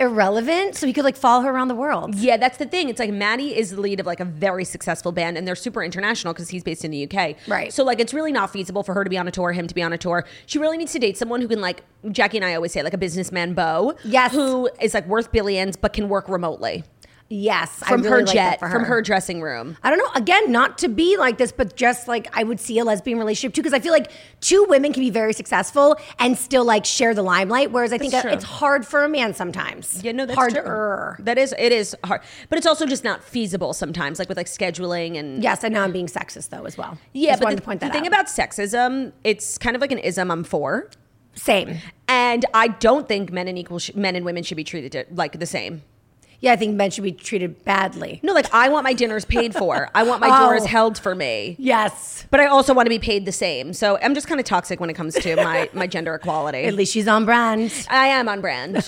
Speaker 2: irrelevant, so he could like follow her around the world.
Speaker 1: Yeah, that's the thing. It's like Maddie is the lead of like a very successful band, and they're super international because he's based in the UK.
Speaker 2: Right.
Speaker 1: So like, it's really not feasible for her to be on a tour, him to be on a tour. She really needs to date someone who can like Jackie and I always say like a businessman beau.
Speaker 2: Yes.
Speaker 1: Who is like worth billions but can work remotely
Speaker 2: Yes,
Speaker 1: from
Speaker 2: I really
Speaker 1: her
Speaker 2: like
Speaker 1: jet,
Speaker 2: that for
Speaker 1: from her dressing room.
Speaker 2: I don't know. Again, not to be like this, but just like I would see a lesbian relationship too, because I feel like two women can be very successful and still like share the limelight. Whereas I think
Speaker 1: That's true.
Speaker 2: it's hard for a man sometimes.
Speaker 1: Yeah, no, that's
Speaker 2: harder.
Speaker 1: true. That is, it is hard, but it's also just not feasible sometimes, like with like scheduling and
Speaker 2: Yes, I know I'm being sexist though as well.
Speaker 1: Yeah,
Speaker 2: Just
Speaker 1: but
Speaker 2: wanted
Speaker 1: the,
Speaker 2: to point that
Speaker 1: the thing
Speaker 2: out.
Speaker 1: about sexism, it's kind of like an ism I'm for,
Speaker 2: same.
Speaker 1: and I don't think men and equal sh- men and women should be treated di- like the same.
Speaker 2: Yeah, I think men should be treated badly.
Speaker 1: No, like I want my dinners paid for. I want my
Speaker 2: Oh.
Speaker 1: doors held for me.
Speaker 2: Yes.
Speaker 1: But I also want to be paid the same. So I'm just kind of toxic when it comes to
Speaker 2: [laughs]
Speaker 1: my my gender equality.
Speaker 2: At least she's on brand.
Speaker 1: I am on brand.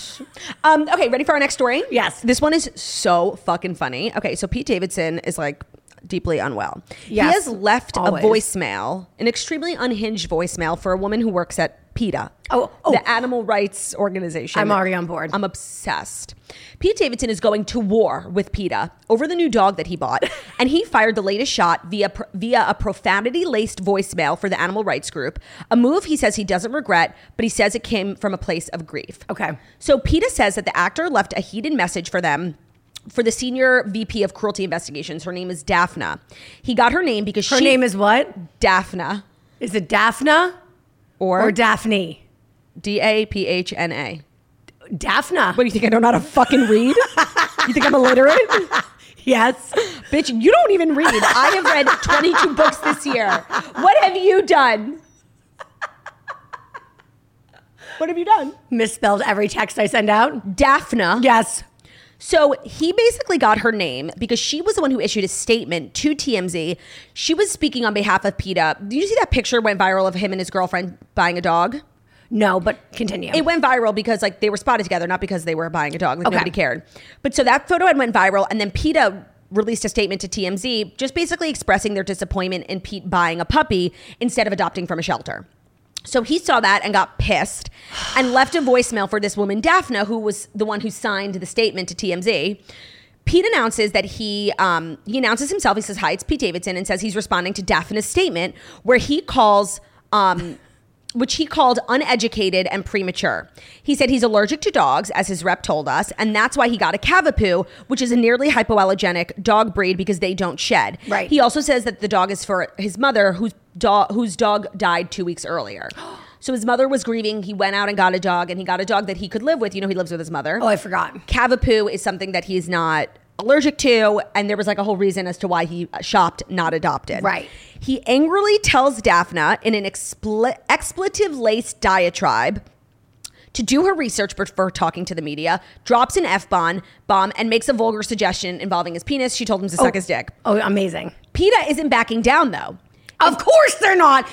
Speaker 1: um, okay, ready for our next story?
Speaker 2: Yes.
Speaker 1: This one is so fucking funny. Okay, so Pete Davidson is like deeply unwell. He
Speaker 2: Yes,
Speaker 1: has left
Speaker 2: always.
Speaker 1: a voicemail, an extremely unhinged voicemail for a woman who works at PETA.
Speaker 2: Oh, oh.
Speaker 1: The animal rights organization.
Speaker 2: I'm already on board.
Speaker 1: I'm obsessed. Pete Davidson is going to war with PETA over the new dog that he bought, [laughs] and he fired the latest shot via pr- via a profanity laced voicemail for the animal rights group. A move he says he doesn't regret, but he says it came from a place of grief.
Speaker 2: Okay.
Speaker 1: So PETA says that the actor left a heated message for them. For the senior VP of cruelty investigations, her name is Daphna. He got her name because
Speaker 2: Her
Speaker 1: she,
Speaker 2: name is what?
Speaker 1: Daphna
Speaker 2: Is it Daphna or
Speaker 1: or
Speaker 2: Daphne?
Speaker 1: D A P H N A.
Speaker 2: Daphna.
Speaker 1: What do you think I don't know how to fucking read? you think I'm [laughs] illiterate?
Speaker 2: Yes.
Speaker 1: Bitch, you don't even read. I have read 22 books this year. What have you done? What have you done?
Speaker 2: Misspelled every text I send out.
Speaker 1: Daphna.
Speaker 2: Yes.
Speaker 1: So he basically got her name because she was the one who issued a statement to TMZ. She was speaking on behalf of PETA. Did you see that picture went viral of him and his girlfriend buying a dog?
Speaker 2: No, but continue.
Speaker 1: It went viral because like they were spotted together, not because they were buying a dog. Like
Speaker 2: Okay.
Speaker 1: nobody cared. But so that photo had went viral, and then PETA released a statement to TMZ, just basically expressing their disappointment in Pete buying a puppy instead of adopting from a shelter. So he saw that and got pissed and left a voicemail for this woman, Daphna, who was the one who signed the statement to TMZ. Pete announces that he um, he announces himself. He says, "Hi, it's Pete Davidson," and says he's responding to Daphna's statement, where he calls um, which he called uneducated and premature. He said he's allergic to dogs, as his rep told us, and that's why he got a Cavapoo, which is a nearly hypoallergenic dog breed because they don't shed.
Speaker 2: Right.
Speaker 1: He also says that the dog is for his mother, whose dog whose dog died two weeks
Speaker 2: [gasps]
Speaker 1: earlier. So his mother was grieving. He went out and got a dog, and he got a dog that he could live with. You know, he lives with his mother.
Speaker 2: oh, I forgot.
Speaker 1: Cavapoo is something that he's not allergic to, and there was like a whole reason as to why he shopped, not adopted.
Speaker 2: Right.
Speaker 1: He angrily tells Daphna in an expl- expletive laced diatribe to do her research before talking to the media, drops an F bomb, bomb, and makes a vulgar suggestion involving his penis. She told him to suck his dick.
Speaker 2: Oh, amazing.
Speaker 1: PETA isn't backing down though.
Speaker 2: Of course they're not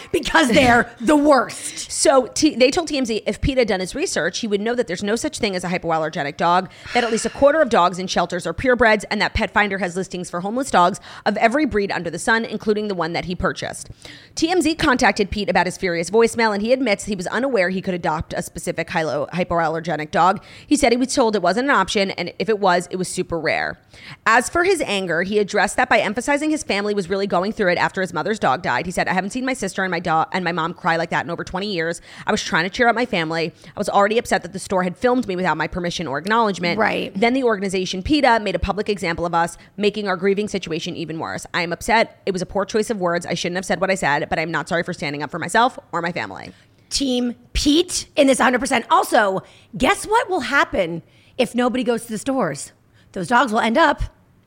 Speaker 1: [laughs]
Speaker 2: because they're the worst.
Speaker 1: So T- they told TMZ if Pete had done his research, he would know that there's no such thing as a hypoallergenic dog, that at least a quarter of dogs in shelters are purebreds, and that Pet Finder has listings for homeless dogs of every breed under the sun, including the one that he purchased. TMZ contacted Pete about his furious voicemail, and he admits he was unaware he could adopt a specific hylo- hypoallergenic dog. He said he was told it wasn't an option, and if it was, it was super rare. As for his anger, he addressed that by emphasizing his family was really going through it after his mother's dog died. He said, "I haven't seen my sister and my dog and my mom cry like that in over 20 years. I was trying to cheer up my family. I was already upset that the store had filmed me without my permission or acknowledgement.
Speaker 2: Right.
Speaker 1: Then the organization PETA made a public example of us, making our grieving situation even worse. I am upset. It was a poor choice of words. I shouldn't have said what I said, but I'm not sorry for standing up for myself or my family."
Speaker 2: Team Pete in this 100%. Also, guess what will happen if nobody goes to the stores? Those dogs will end up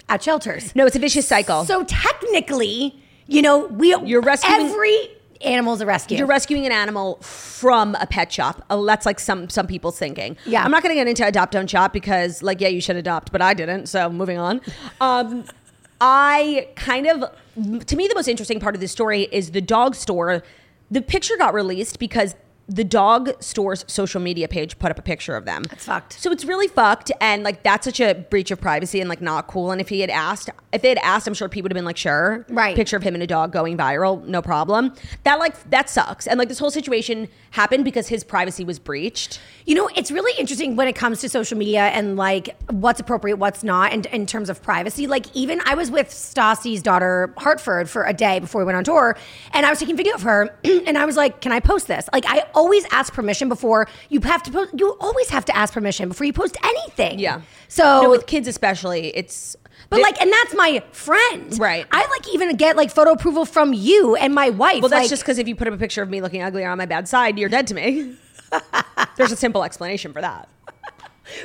Speaker 2: at shelters.
Speaker 1: No, it's a vicious cycle.
Speaker 2: So technically, you know, we
Speaker 1: You're rescuing-
Speaker 2: every animal's a rescue.
Speaker 1: You're rescuing an animal from a pet shop. Uh, that's like some some people's thinking.
Speaker 2: Yeah.
Speaker 1: I'm not going to get into adopt own shop because like yeah, you should adopt, but I didn't. So moving on. Um, I kind of to me the most interesting part of this story is the dog store. The picture got released because the dog store's social media page put up a picture of them. That's
Speaker 2: fucked.
Speaker 1: So it's really fucked, and like that's such a breach of privacy and like not cool. And if he had asked, if they had asked, I'm sure Pete would have been like, sure,
Speaker 2: Right.
Speaker 1: Picture of him and a dog going viral, no problem. That like that sucks. And like this whole situation happened because his privacy was breached.
Speaker 2: You know, it's really interesting when it comes to social media and like what's appropriate, what's not, and in terms of privacy. Like, even I was with Stassi's daughter Hartford for a day before we went on tour, and I was taking video of her, [clears throat] and I was like, "Can I post this?" Like, I always ask permission before you have to post. You always have to ask permission before you post anything.
Speaker 1: Yeah.
Speaker 2: So
Speaker 1: No, with kids especially, it's
Speaker 2: but
Speaker 1: thi-
Speaker 2: like, and that's my friend.
Speaker 1: Right.
Speaker 2: I like even get like photo approval from you and my wife.
Speaker 1: well, that's
Speaker 2: like,
Speaker 1: just because if you put up a picture of me looking ugly or on my bad side, you're dead to me. [laughs] There's a simple explanation for that.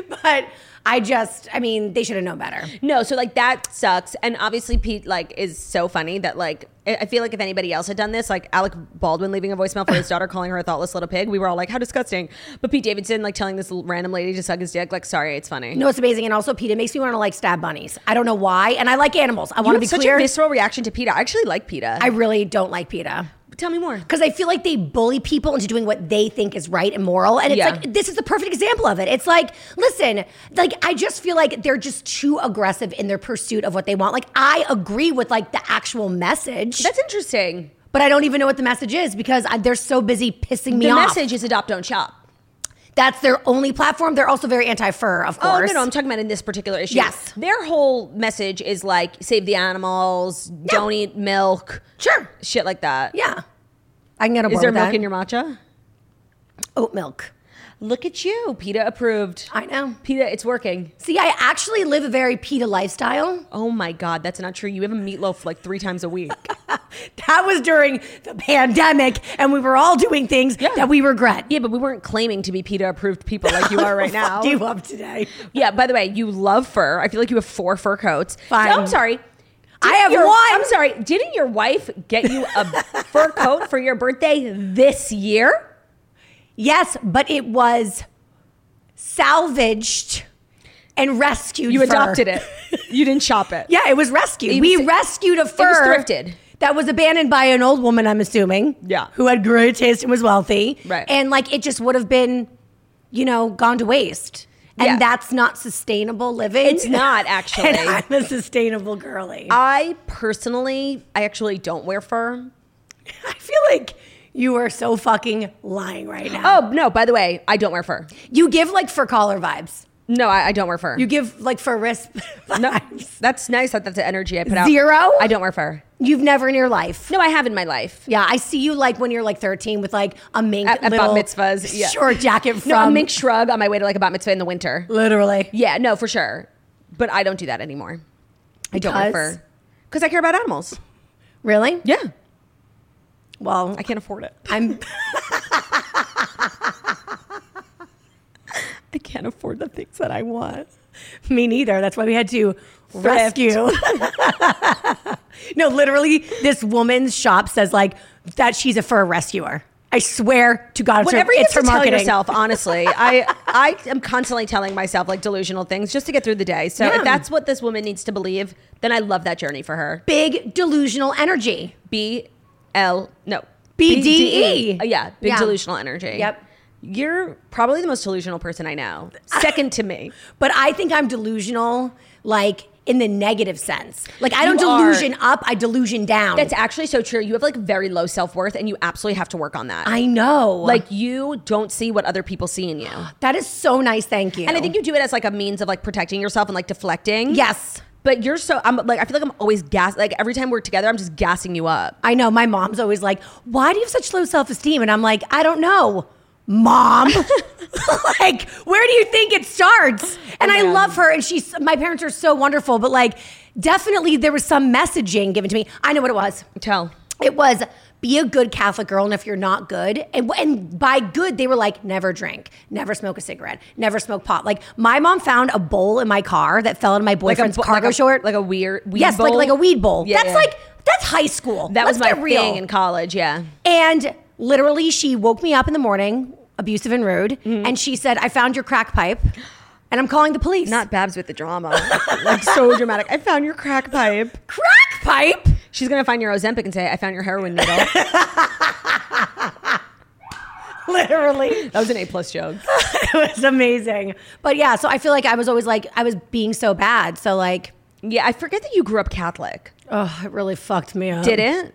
Speaker 2: But I just, I mean, they should have known better.
Speaker 1: No, so like that sucks. And obviously Pete like is so funny that like I I feel like if anybody else had done this, like Alec Baldwin leaving a voicemail for his daughter calling her a thoughtless little pig, we were all like, how disgusting. But Pete Davidson like telling this l- random lady to suck his dick, like sorry, it's funny.
Speaker 2: You know what's amazing? And also, Pete, it makes me want to like stab bunnies. I don't know why. And I like animals. I want to
Speaker 1: have
Speaker 2: be
Speaker 1: such
Speaker 2: clear.
Speaker 1: a visceral reaction to PETA. I actually like PETA.
Speaker 2: I really don't like PETA.
Speaker 1: Tell me more.
Speaker 2: Because I feel like they bully people into doing what they think is right and moral. And it's
Speaker 1: Yeah.
Speaker 2: like, this is the perfect example of it. It's like, listen, like, I just feel like they're just too aggressive in their pursuit of what they want. Like, I agree with like the actual message,
Speaker 1: That's interesting.
Speaker 2: but I don't even know what the message is because I, they're so busy pissing me
Speaker 1: The
Speaker 2: off.
Speaker 1: message is adopt, don't shop.
Speaker 2: That's their only platform. They're also very anti fur, of
Speaker 1: Oh,
Speaker 2: course.
Speaker 1: no, no, I'm talking about in this particular issue.
Speaker 2: Yes.
Speaker 1: Their whole message is like save the animals, don't eat milk,
Speaker 2: sure.
Speaker 1: shit like that.
Speaker 2: Yeah. I can get on board
Speaker 1: Is there
Speaker 2: with
Speaker 1: milk
Speaker 2: that.
Speaker 1: in your matcha?
Speaker 2: oat milk?
Speaker 1: Look at you. PETA approved.
Speaker 2: I know.
Speaker 1: PETA, it's working.
Speaker 2: See, I actually live a very PETA lifestyle.
Speaker 1: Oh my God, that's not true. You have a meatloaf like three times a week.
Speaker 2: That was during the pandemic, and we were all doing things
Speaker 1: Yeah.
Speaker 2: that we regret.
Speaker 1: [laughs] yeah, but we weren't claiming to be PETA approved people like [laughs] you are right [laughs] now.
Speaker 2: Do you up today?
Speaker 1: Yeah, by the way, you love fur. I feel like you have four fur coats.
Speaker 2: Fine.
Speaker 1: No, I'm sorry.
Speaker 2: I have
Speaker 1: Your-
Speaker 2: one.
Speaker 1: I'm sorry. Didn't your wife get you [laughs] a fur coat for your birthday this year?
Speaker 2: Yes, but it was salvaged and rescued.
Speaker 1: You
Speaker 2: fur.
Speaker 1: adopted it. [laughs] You didn't shop it.
Speaker 2: [laughs] Yeah, it was rescued.
Speaker 1: It
Speaker 2: we
Speaker 1: was-
Speaker 2: rescued a fur.
Speaker 1: thrifted.
Speaker 2: That was abandoned by an old woman, I'm assuming.
Speaker 1: Yeah.
Speaker 2: Who had great taste and was wealthy.
Speaker 1: Right.
Speaker 2: And like it just would have been, you know, gone to waste. And
Speaker 1: Yeah.
Speaker 2: that's not sustainable living.
Speaker 1: It's not, actually.
Speaker 2: [laughs]
Speaker 1: Uh,
Speaker 2: and I'm a sustainable girly.
Speaker 1: I personally, I actually don't wear fur.
Speaker 2: I feel like you are so fucking lying right now.
Speaker 1: Oh, no, by the way, I don't wear fur.
Speaker 2: You give like fur collar vibes.
Speaker 1: No, I, I don't wear fur.
Speaker 2: You give like fur wrist
Speaker 1: no,
Speaker 2: [laughs]
Speaker 1: [laughs]
Speaker 2: vibes.
Speaker 1: that's nice that that's the energy I put out.
Speaker 2: Zero?
Speaker 1: I don't wear fur.
Speaker 2: You've never in your life.
Speaker 1: No, I have in my life.
Speaker 2: Yeah, I see you like when you're like 13 with like a mink
Speaker 1: At, at bat
Speaker 2: little
Speaker 1: mitzvahs. Yeah.
Speaker 2: short jacket from
Speaker 1: No, a mink shrug on my way to like a bat mitzvah in the winter.
Speaker 2: literally.
Speaker 1: Yeah, no, for sure. But I don't do that anymore. I don't wear
Speaker 2: Because?
Speaker 1: fur. Because I care about animals.
Speaker 2: Really?
Speaker 1: Yeah.
Speaker 2: Well,
Speaker 1: I can't afford it.
Speaker 2: [laughs] I'm
Speaker 1: I can't afford the things that I want.
Speaker 2: me neither. That's why we had to rescue. no, literally, this woman's shop says like that she's a fur rescuer. I swear to God, it's
Speaker 1: Whatever
Speaker 2: her,
Speaker 1: you
Speaker 2: it's
Speaker 1: have
Speaker 2: her
Speaker 1: to
Speaker 2: marketing.
Speaker 1: tell yourself, honestly, I [laughs] I am constantly telling myself like delusional things just to get through the day. So
Speaker 2: Yeah.
Speaker 1: if that's what this woman needs to believe, then I love that journey for her.
Speaker 2: Big delusional energy.
Speaker 1: B L no
Speaker 2: BDE.
Speaker 1: BDE. Uh, yeah, big
Speaker 2: E. Yeah.
Speaker 1: delusional energy.
Speaker 2: Yep.
Speaker 1: You're probably the most delusional person I know. Second to me.
Speaker 2: But I think I'm delusional, like in the negative sense. Like I don't
Speaker 1: You are-
Speaker 2: delusion up, I delusion down.
Speaker 1: That's actually so true. You have like very low self worth, and you absolutely have to work on that.
Speaker 2: I know.
Speaker 1: like you don't see what other people see
Speaker 2: [gasps]
Speaker 1: in you,
Speaker 2: that is so nice. Thank you.
Speaker 1: and I think you do it as like a means of like protecting yourself and like deflecting.
Speaker 2: yes.
Speaker 1: But you're so I'm like I feel like I'm always gas like every time we're together I'm just gassing you up.
Speaker 2: I know my mom's always like, "Why do you have such low self-esteem?" And I'm like, "I don't know." Mom, [laughs] like, where do you think it starts? And I love her, and she's my parents are so wonderful, but like, definitely there was some messaging given to me. I know what it was.
Speaker 1: Tell.
Speaker 2: It was be a good Catholic girl, and if you're not good, and, and by good, they were like, never drink, never smoke a cigarette, never smoke pot. Like, my mom found a bowl in my car that fell in my boyfriend's
Speaker 1: bo-
Speaker 2: cargo
Speaker 1: like a-
Speaker 2: short.
Speaker 1: like a weird weed
Speaker 2: yes, like
Speaker 1: bowl?
Speaker 2: like a weed bowl.
Speaker 1: Yeah,
Speaker 2: that's
Speaker 1: yeah.
Speaker 2: like that's high school.
Speaker 1: That was
Speaker 2: Let's
Speaker 1: my
Speaker 2: get real.
Speaker 1: thing in college, yeah.
Speaker 2: And literally, she woke me up in the morning, abusive and rude,
Speaker 1: Mm-hmm.
Speaker 2: and she said, "I found your crack pipe, and I'm calling the police."
Speaker 1: Not Babs with the drama. [laughs] like so dramatic. I found your crack pipe. [laughs]
Speaker 2: crack pipe.
Speaker 1: She's gonna find your Ozempic and say, I found your heroin
Speaker 2: [laughs]
Speaker 1: needle.
Speaker 2: [laughs] Literally,
Speaker 1: that was an A plus joke.
Speaker 2: it was amazing. But yeah, so I feel like I was always like I was being so bad. So like,
Speaker 1: Yeah, I forget that you grew up Catholic.
Speaker 2: oh, it really fucked me up.
Speaker 1: Did it?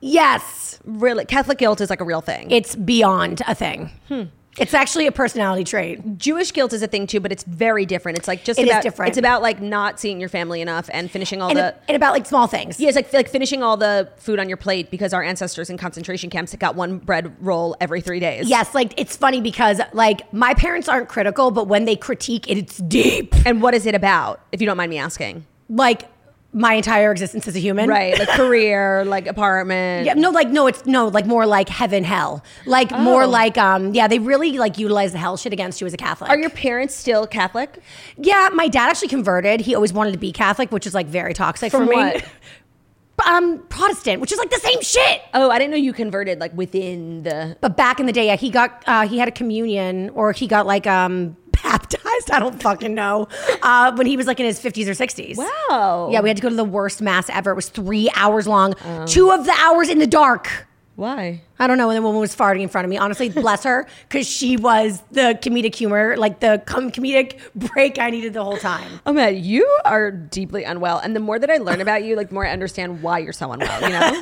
Speaker 2: Yes,
Speaker 1: Really Catholic guilt is like a real thing.
Speaker 2: it's beyond a thing.
Speaker 1: Hmm.
Speaker 2: It's actually a personality trait.
Speaker 1: Jewish guilt is a thing too, but it's very different. It's like just
Speaker 2: It is
Speaker 1: about
Speaker 2: different.
Speaker 1: it's about like not seeing your family enough and finishing all
Speaker 2: And,
Speaker 1: the
Speaker 2: and about like small things.
Speaker 1: Yeah, it's like like finishing all the food on your plate because our ancestors in concentration camps got one bread roll every three days.
Speaker 2: Yes, like it's funny because like my parents aren't critical, but when they critique it, it's deep.
Speaker 1: And what is it about, if you don't mind me asking?
Speaker 2: like my entire existence as a human.
Speaker 1: Right, like career, like apartment.
Speaker 2: Yeah, no, like no, it's no, like more like heaven, hell, like
Speaker 1: Oh.
Speaker 2: more like um, yeah, they really like utilize the hell shit against you as a Catholic.
Speaker 1: Are your parents still Catholic?
Speaker 2: yeah, my dad actually converted. He always wanted to be Catholic, which is like very toxic
Speaker 1: From
Speaker 2: for me.
Speaker 1: what?
Speaker 2: [laughs] um, Protestant, which is like the same shit.
Speaker 1: Oh, I didn't know you converted like within the.
Speaker 2: But back in the day, yeah, he got uh, he had a communion or he got like um [laughs] baptized. I don't fucking know. Uh, when he was like in his fifties or sixties.
Speaker 1: Wow.
Speaker 2: Yeah, we had to go to the worst mass ever. It was three hours long, two of the hours in the dark.
Speaker 1: Why?
Speaker 2: I don't know. And the woman was farting in front of me. Honestly, bless her, because she was the comedic humor, like the com- comedic break I needed the whole time.
Speaker 1: Oh man, you are deeply unwell. And the more that I learn about you, like the more I understand why you're so unwell. You [laughs] know? Does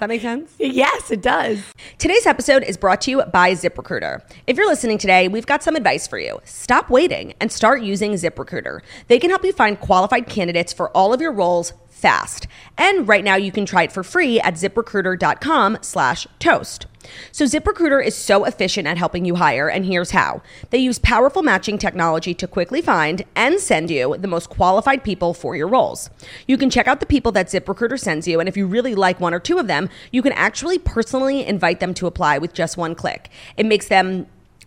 Speaker 1: that make sense?
Speaker 2: Yes, it does.
Speaker 1: Today's episode is brought to you by ZipRecruiter. If you're listening today, we've got some advice for you. Stop waiting and start using ZipRecruiter. They can help you find qualified candidates for all of your roles fast. And right now you can try it for free at ziprecruiter.com slash toast. So ZipRecruiter is so efficient at helping you hire, and here's how. They use powerful matching technology to quickly find and send you the most qualified people for your roles. You can check out the people that ZipRecruiter sends you, and if you really like one or two of them, you can actually personally invite them to apply with just one click. It makes them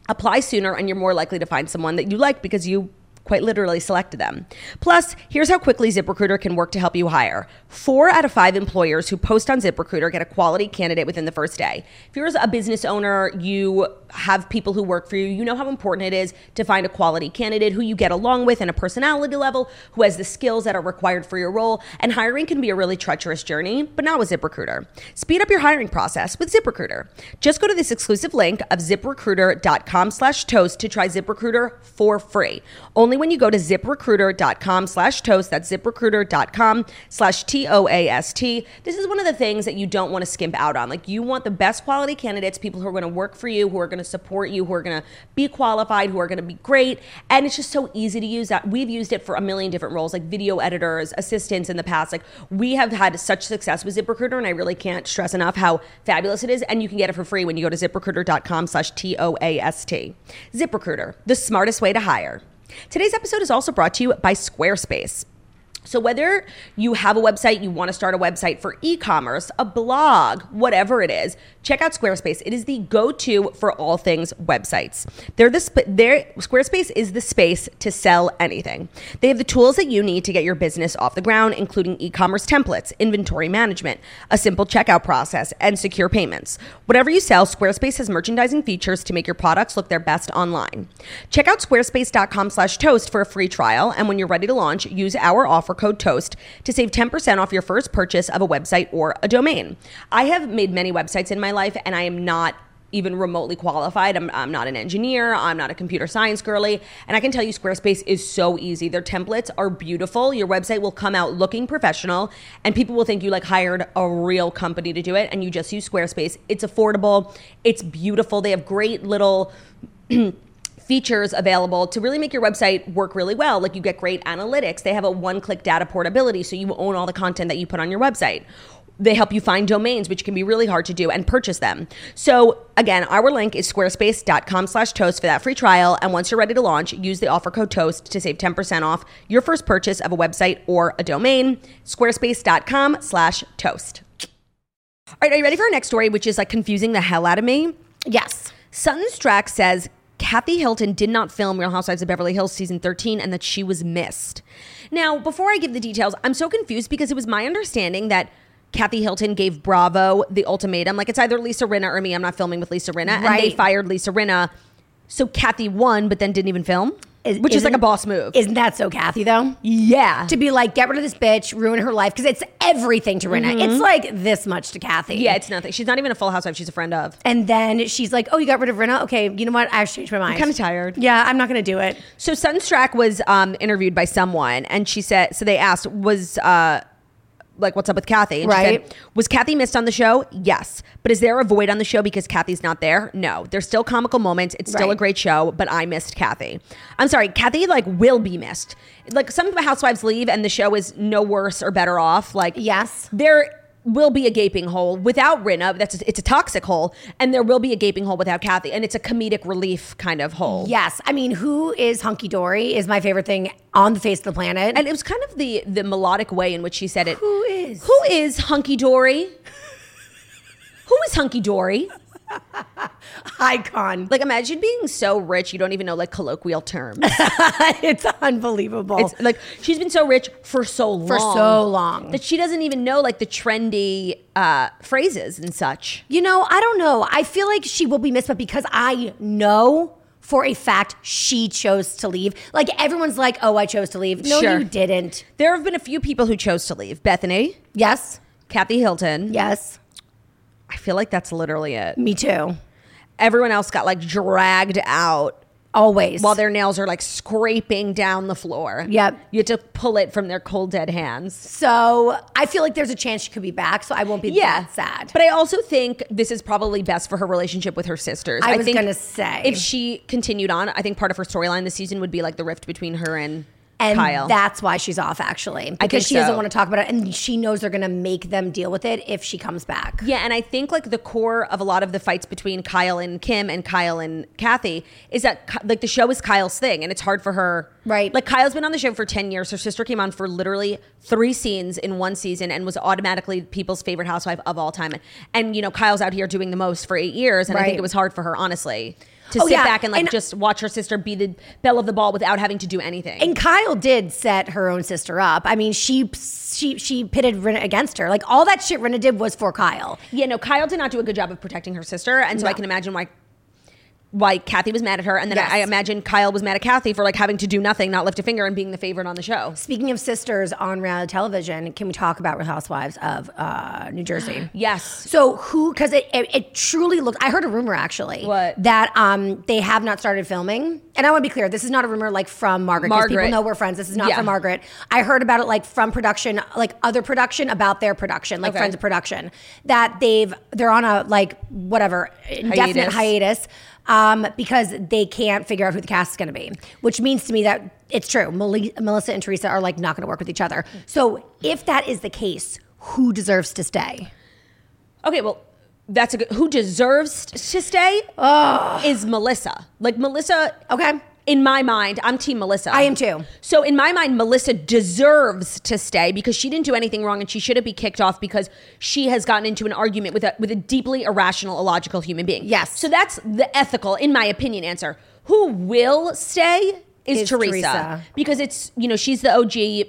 Speaker 1: apply sooner, and you're more likely to find someone that you like because you quite literally selected them. Plus, here's how quickly ZipRecruiter can work to help you hire. Four out of five employers who post on ZipRecruiter get a quality candidate within the first day. If you're a business owner, you have people who work for you, you know how important it is to find a quality candidate who you get along with and a personality level, who has the skills that are required for your role. And hiring can be a really treacherous journey, but not with ZipRecruiter. Speed up your hiring process with ZipRecruiter. Just go to this exclusive link of ziprecruiter.com slash toast to try ZipRecruiter for free. Only when you go to ziprecruiter.com slash toast, that's ziprecruiter.com slash T O A S T. This is one of the things that you don't want to skimp out on. Like, you want the best quality candidates, people who are going to work for you, who are going to support you, who are going to be qualified, who are going to be great. And it's just so easy to use that. We've used it for a million different roles, like video editors, assistants in the past. Like, we have had such success with ZipRecruiter, and I really can't stress enough how fabulous it is. And you can get it for free when you go to ziprecruiter.com slash T O A S T. ZipRecruiter, the smartest way to hire. Today's episode is also brought to you by Squarespace. So, whether you have a website, you want to start a website for e commerce, a blog, whatever it is, check out Squarespace. It is the go to for all things websites. They're the sp- they're, Squarespace is the space to sell anything. They have the tools that you need to get your business off the ground, including e commerce templates, inventory management, a simple checkout process, and secure payments. Whatever you sell, Squarespace has merchandising features to make your products look their best online. Check out squarespace.com slash toast for a free trial, and when you're ready to launch, use our offer code TOAST to save 10% off your first purchase of a website or a domain. I have made many websites in my life and I am not even remotely qualified. I'm, I'm not an engineer. I'm not a computer science girly. And I can tell you, Squarespace is so easy. Their templates are beautiful. Your website will come out looking professional, and people will think you like hired a real company to do it. And you just use Squarespace. It's affordable. It's beautiful. They have great little features available to really make your website work really well. Like you get great analytics. They have a one-click data portability, so you own all the content that you put on your website. They help you find domains, which can be really hard to do, and purchase them. So again, our link is squarespace.com slash toast for that free trial. And once you're ready to launch, use the offer code toast to save 10% off your first purchase of a website or a domain. Squarespace.com slash toast. All right, are you ready for our next story, which is like confusing the hell out of me?
Speaker 2: Yes.
Speaker 1: Sutton Strack says Kathy Hilton did not film Real Housewives of Beverly Hills season 13 and that she was missed. Now, before I give the details, I'm so confused because it was my understanding that Kathy Hilton gave Bravo the ultimatum like it's either Lisa Rinna or me, I'm not filming with Lisa Rinna. And they
Speaker 2: Right.
Speaker 1: fired Lisa Rinna. So Kathy won, but then didn't even film, which is like
Speaker 2: Isn't-
Speaker 1: a boss move.
Speaker 2: Isn't that so Kathy though?
Speaker 1: yeah.
Speaker 2: To be like, get rid of this bitch, ruin her life, because it's everything to Rena. It's like this much to Kathy.
Speaker 1: yeah, it's nothing. She's not even a full housewife, she's a friend of.
Speaker 2: And then she's like, oh, you got rid of Rena? Okay, you know what? I've changed my mind.
Speaker 1: kinda tired.
Speaker 2: Yeah, I'm not going to do it.
Speaker 1: So Sunstrack was um, interviewed by someone, and she said, so they asked, was uh, like, what's up with Kathy? And she
Speaker 2: Right.
Speaker 1: said, was Kathy missed on the show? Yes. But is there a void on the show because Kathy's not there? No. There's still comical moments. It's still a
Speaker 2: Right.
Speaker 1: great show, but I missed Kathy. I'm sorry, Kathy like will be missed. Like some of the housewives leave, and the show is no worse or better off. Like
Speaker 2: Yes.
Speaker 1: there. Will be a gaping hole without Rinna. That's it's a toxic hole, and there will be a gaping hole without Kathy, and it's a comedic relief kind of hole.
Speaker 2: Yes. I mean, who is hunky dory is my favorite thing on the face of the planet.
Speaker 1: and it was kind of the the melodic way in which she said it.
Speaker 2: Who is?
Speaker 1: Who is hunky dory? Who is hunky dory?
Speaker 2: Icon. [laughs]
Speaker 1: Like imagine being so rich you don't even know like colloquial terms.
Speaker 2: it's unbelievable.
Speaker 1: It's like she's been so rich for so long,
Speaker 2: For so long.
Speaker 1: that she doesn't even know like the trendy uh, phrases and such.
Speaker 2: you know, I don't know. I feel like she will be missed, but because I know for a fact she chose to leave. Like everyone's like, oh, I chose to leave. No,
Speaker 1: Sure.
Speaker 2: you didn't.
Speaker 1: There have been a few people who chose to leave. Bethany,
Speaker 2: Yes.
Speaker 1: Kathy Hilton.
Speaker 2: Yes.
Speaker 1: I feel like that's literally it.
Speaker 2: Me too.
Speaker 1: Everyone else got like dragged out
Speaker 2: Always.
Speaker 1: while their nails are like scraping down the floor.
Speaker 2: Yep.
Speaker 1: You had to pull it from their cold dead hands.
Speaker 2: so I feel like there's a chance she could be back, so I won't be
Speaker 1: yeah,
Speaker 2: that sad.
Speaker 1: But I also think this is probably best for her relationship with her sisters.
Speaker 2: I was
Speaker 1: think
Speaker 2: gonna say.
Speaker 1: if she continued on, I think part of her storyline this season would be like the rift between her and,
Speaker 2: and
Speaker 1: Kyle.
Speaker 2: that's why she's off actually because she
Speaker 1: so.
Speaker 2: doesn't want to talk about it, and she knows they're going to make them deal with it if she comes back.
Speaker 1: yeah, and I think like the core of a lot of the fights between Kyle and Kim and Kyle and Kathy is that Ki- like the show is Kyle's thing, and it's hard for her.
Speaker 2: Right.
Speaker 1: Like Kyle's been on the show for ten years. Her sister came on for literally three scenes in one season and was automatically people's favorite housewife of all time. And, and you know Kyle's out here doing the most for eight years, and I think
Speaker 2: Right.
Speaker 1: it was hard for her honestly to
Speaker 2: Oh,
Speaker 1: sit
Speaker 2: yeah,
Speaker 1: back and like
Speaker 2: and-
Speaker 1: just watch her sister be the belle of the ball without having to do anything.
Speaker 2: And Kyle did set her own sister up. I mean, she she she pitted Rinna against her. Like all that shit Rinna did was for Kyle.
Speaker 1: yeah, no, Kyle did not do a good job of protecting her sister, and so I
Speaker 2: No.
Speaker 1: can imagine why why Kathy was mad at her, and then
Speaker 2: Yes.
Speaker 1: I, I imagine Kyle was mad at Kathy for like having to do nothing, not lift a finger, and being the favorite on the show.
Speaker 2: Speaking of sisters on reality television, can we talk about Real Housewives of uh, New Jersey?
Speaker 1: Yes,
Speaker 2: So who? Because it, it it truly looked. I heard a rumor actually
Speaker 1: What?
Speaker 2: that um they have not started filming. And I want to be clear. This is not a rumor like from Margaret. 'cause
Speaker 1: Margaret.
Speaker 2: people know we're friends. This is not
Speaker 1: Yeah.
Speaker 2: from Margaret. I heard about it like from production, like other production about their production, like
Speaker 1: Okay.
Speaker 2: friends of production that they've they're on a like whatever indefinite hiatus. Um, because they can't figure out who the cast is going to be, which means to me that it's true. Meli- Melissa and Teresa are like not going to work with each other. So if that is the case, who deserves to stay?
Speaker 1: okay, well. That's a good. Who deserves to stay is Melissa. Like Melissa
Speaker 2: Okay.
Speaker 1: in my mind, I'm Team Melissa.
Speaker 2: I am too.
Speaker 1: So in my mind, Melissa deserves to stay because she didn't do anything wrong and she shouldn't be kicked off because she has gotten into an argument with a with a deeply irrational, illogical human being.
Speaker 2: Yes.
Speaker 1: So that's the ethical, in my opinion, answer. Who will stay is,
Speaker 2: Is
Speaker 1: Teresa.
Speaker 2: Teresa.
Speaker 1: Because it's, you know, she's the OG.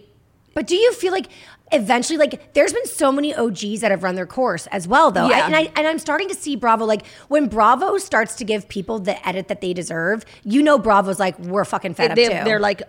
Speaker 2: But do you feel like eventually, like there's been so many OGs that have run their course as well, though.
Speaker 1: Yeah.
Speaker 2: I, and I and I'm starting to see Bravo like when Bravo starts to give people the edit that they deserve. You know, Bravo's like we're fucking fed
Speaker 1: they,
Speaker 2: up too.
Speaker 1: They're like,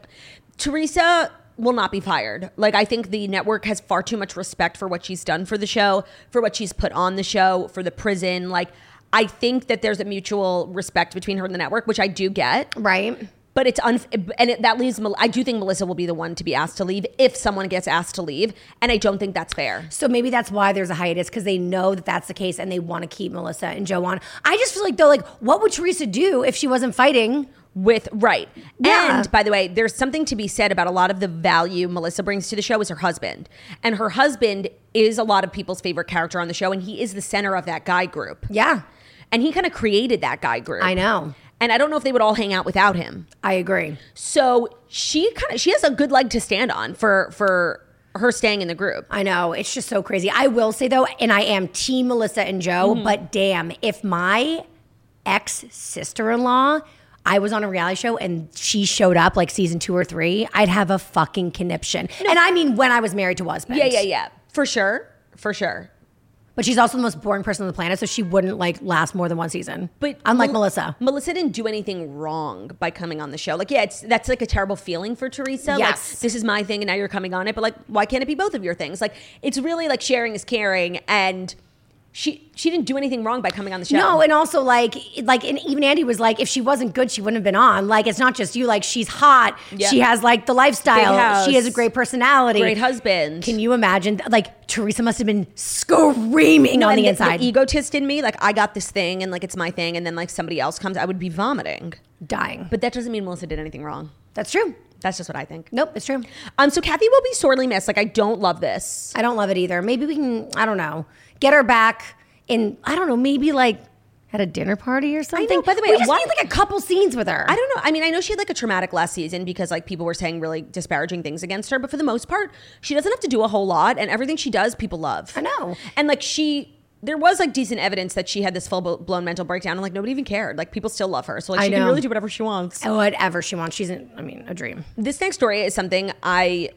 Speaker 1: Teresa will not be fired. Like, I think the network has far too much respect for what she's done for the show, for what she's put on the show, for the prison. Like, I think that there's a mutual respect between her and the network, which I do get.
Speaker 2: right.
Speaker 1: But it's un and it, that leaves. Mel- I do think Melissa will be the one to be asked to leave if someone gets asked to leave, and I don't think that's fair.
Speaker 2: So maybe that's why there's a hiatus because they know that that's the case and they want to keep Melissa and Joe on. I just feel like though, like what would Teresa do if she wasn't fighting?
Speaker 1: With right.
Speaker 2: Yeah.
Speaker 1: And by the way, there's something to be said about a lot of the value Melissa brings to the show is her husband. And her husband is a lot of people's favorite character on the show, and he is the center of that guy group.
Speaker 2: Yeah,
Speaker 1: And he kind of created that guy group.
Speaker 2: I know.
Speaker 1: And I don't know if they would all hang out without him.
Speaker 2: I agree.
Speaker 1: So she kind of she has a good leg to stand on for for her staying in the group.
Speaker 2: I know. It's just so crazy. I will say though, and I am team Melissa and Joe,
Speaker 1: Mm-hmm.
Speaker 2: but damn, if my ex sister in law, I was on a reality show and she showed up like season two or three, I'd have a fucking conniption. And I mean when I was married to a husband.
Speaker 1: Yeah, yeah, yeah. For sure. For sure.
Speaker 2: But she's also the most boring person on the planet, so she wouldn't like last more than one season.
Speaker 1: But
Speaker 2: unlike
Speaker 1: Mel-
Speaker 2: Melissa.
Speaker 1: Melissa didn't do anything wrong by coming on the show. Like, yeah, it's that's like a terrible feeling for Teresa.
Speaker 2: Yes.
Speaker 1: Like, this is my thing and now you're coming on it. But like, why can't it be both of your things? Like, it's really like sharing is caring and she she didn't do anything wrong by coming on the show.
Speaker 2: No, and also like like and even Andy was like, if she wasn't good, she wouldn't have been on. Like it's not just you, like she's hot,
Speaker 1: Yeah.
Speaker 2: she has like the
Speaker 1: Big
Speaker 2: lifestyle,
Speaker 1: house.
Speaker 2: she has a great personality.
Speaker 1: great husband.
Speaker 2: Can you imagine? Like Teresa must have been screaming
Speaker 1: No,
Speaker 2: on
Speaker 1: and
Speaker 2: the inside,
Speaker 1: egotist in me, like I got this thing and like it's my thing, and then like somebody else comes, I would be vomiting.
Speaker 2: dying. But
Speaker 1: But that doesn't mean Melissa did anything wrong.
Speaker 2: that's true.
Speaker 1: That's just what I think.
Speaker 2: Nope, it's true.
Speaker 1: Um, so Kathy will be sorely missed. Like I don't love this.
Speaker 2: I don't love it either. Maybe we can. I don't know. Get her back in. I don't know. Maybe like at a dinner party or something.
Speaker 1: by the way,
Speaker 2: we just
Speaker 1: why-
Speaker 2: need like a couple scenes with her.
Speaker 1: I don't know. I mean, I know she had like a traumatic last season because like people were saying really disparaging things against her, but for the most part, she doesn't have to do a whole lot, and everything she does, people love.
Speaker 2: I know.
Speaker 1: And like she, there was like decent evidence that she had this full blown mental breakdown, and like nobody even cared. Like people still love her, so like
Speaker 2: I
Speaker 1: she can
Speaker 2: know.
Speaker 1: really do whatever she wants.
Speaker 2: Whatever she wants. She's. In, I mean, a dream.
Speaker 1: This next story is something I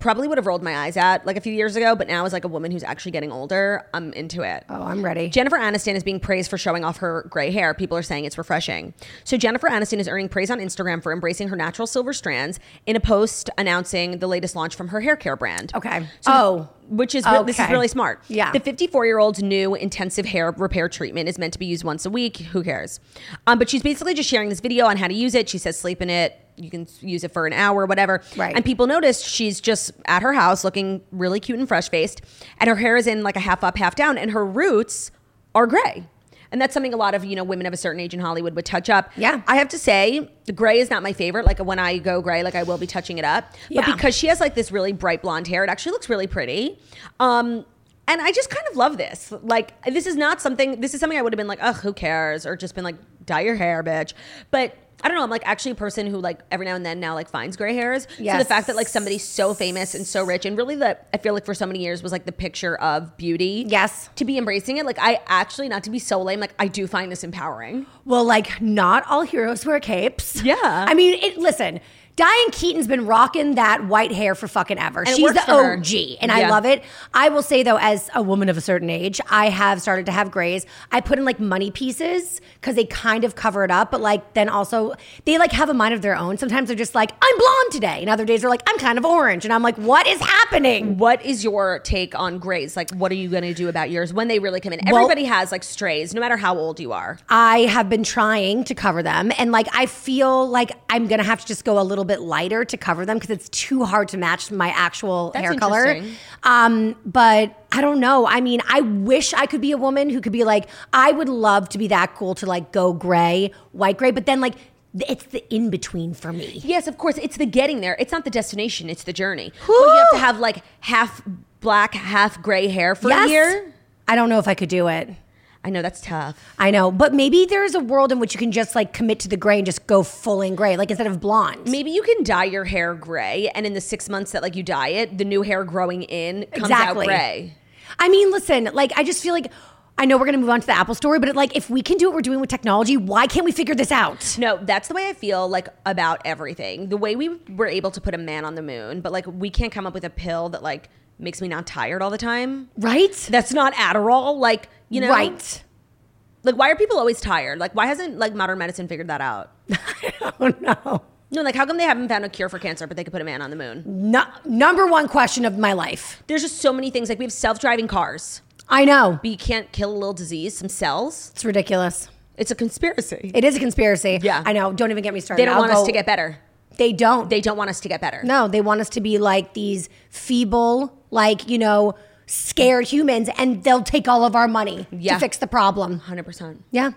Speaker 1: probably would have rolled my eyes at like a few years ago, but now as like a woman who's actually getting older, I'm into it.
Speaker 2: Oh, I'm ready.
Speaker 1: Jennifer Aniston is being praised for showing off her gray hair. People are saying it's refreshing. So Jennifer Aniston is earning praise on Instagram for embracing her natural silver strands in a post announcing the latest launch from her hair care brand.
Speaker 2: Okay.
Speaker 1: So
Speaker 2: Oh.
Speaker 1: which is re- this is
Speaker 2: Okay.
Speaker 1: really smart.
Speaker 2: Yeah.
Speaker 1: The 54 year old's new intensive hair repair treatment is meant to be used once a week. Who cares? Um, but she's basically just sharing this video on how to use it. She says sleep in it. You can s- use it for an hour, whatever.
Speaker 2: Right.
Speaker 1: And people noticed she's just at her house looking really cute and fresh faced, and her hair is in like a half up, half down, and her roots are gray. And that's something a lot of you know women of a certain age in Hollywood would touch up.
Speaker 2: Yeah.
Speaker 1: I have to say the gray is not my favorite. Like when I go gray, like I will be touching it up.
Speaker 2: Yeah.
Speaker 1: But because she has like this really bright blonde hair, it actually looks really pretty. Um, and I just kind of love this. Like this is not something. This is something I would have been like, oh, who cares? Or just been like, dye your hair, bitch. But I don't know. I'm like actually a person who like every now and then now like finds gray hairs. So
Speaker 2: Yes.
Speaker 1: the fact that like somebody so famous and so rich and really that I feel like for so many years was like the picture of beauty.
Speaker 2: Yes.
Speaker 1: To be embracing it, like I actually not to be so lame, like I do find this empowering.
Speaker 2: Well, like not all heroes wear capes.
Speaker 1: Yeah.
Speaker 2: I mean, it, listen, Diane Keaton's been rocking that white hair for fucking ever.
Speaker 1: it
Speaker 2: She's
Speaker 1: works
Speaker 2: the
Speaker 1: for her.
Speaker 2: OG, and I
Speaker 1: Yeah.
Speaker 2: love it. I will say though, as a woman of a certain age, I have started to have grays. I put in like money pieces because they kind of cover it up, but like then also they like have a mind of their own. Sometimes they're just like, I'm blonde today, and other days they're like, I'm kind of orange, and I'm like, what is happening?
Speaker 1: What is your take on grays? Like, what are you going to do about yours when they really come in?
Speaker 2: Well-
Speaker 1: Everybody has like strays, no matter how old you are.
Speaker 2: I have been trying to cover them, and like I feel like I'm gonna have to just go a little bit lighter to cover them because it's too hard to match my actual
Speaker 1: That's
Speaker 2: hair color.
Speaker 1: interesting.
Speaker 2: Um, but I don't know. I mean, I wish I could be a woman who could be like, I would love to be that cool to like go gray, white gray, but then like th- it's the in between for me.
Speaker 1: Yes, of course. It's the getting there. It's not the destination. It's the journey. Well, you have to have like half black, half gray hair for a year.
Speaker 2: I don't know if I could do it.
Speaker 1: I know that's tough.
Speaker 2: I know, but maybe there is a world in which you can just like commit to the gray and just go full in gray, like instead of blonde.
Speaker 1: Maybe you can dye your hair gray, and in the six months that like you dye it, the new hair growing in comes
Speaker 2: Exactly.
Speaker 1: out gray.
Speaker 2: I mean, listen, like I just feel like I know we're gonna move on to the Apple story, but like if we can do what we're doing with technology, why can't we figure this out?
Speaker 1: No, that's the way I feel like about everything. The way we were able to put a man on the moon, but like we can't come up with a pill that like makes me not tired all the time.
Speaker 2: Right?
Speaker 1: That's not Adderall. Like you know,
Speaker 2: right.
Speaker 1: Like why are people always tired? Like why hasn't like modern medicine figured that
Speaker 2: [laughs]
Speaker 1: out?
Speaker 2: [laughs] Oh no.
Speaker 1: No, like how come they haven't found a cure for cancer, but they could put a man on the moon?
Speaker 2: no. Number one question of my life.
Speaker 1: There's just so many things. Like we have self-driving cars,
Speaker 2: I know.
Speaker 1: but you can't kill a little disease, some cells.
Speaker 2: It's ridiculous.
Speaker 1: It's a conspiracy.
Speaker 2: It is a conspiracy.
Speaker 1: Yeah.
Speaker 2: I know. Don't even get me started.
Speaker 1: They don't
Speaker 2: I'll
Speaker 1: want us
Speaker 2: go-
Speaker 1: to get better.
Speaker 2: They don't.
Speaker 1: They don't want us to get better.
Speaker 2: No, they want us to be like these feeble, like, you know, scared humans, and they'll take all of our money
Speaker 1: Yeah.
Speaker 2: to fix the problem.
Speaker 1: 100%.
Speaker 2: Yeah.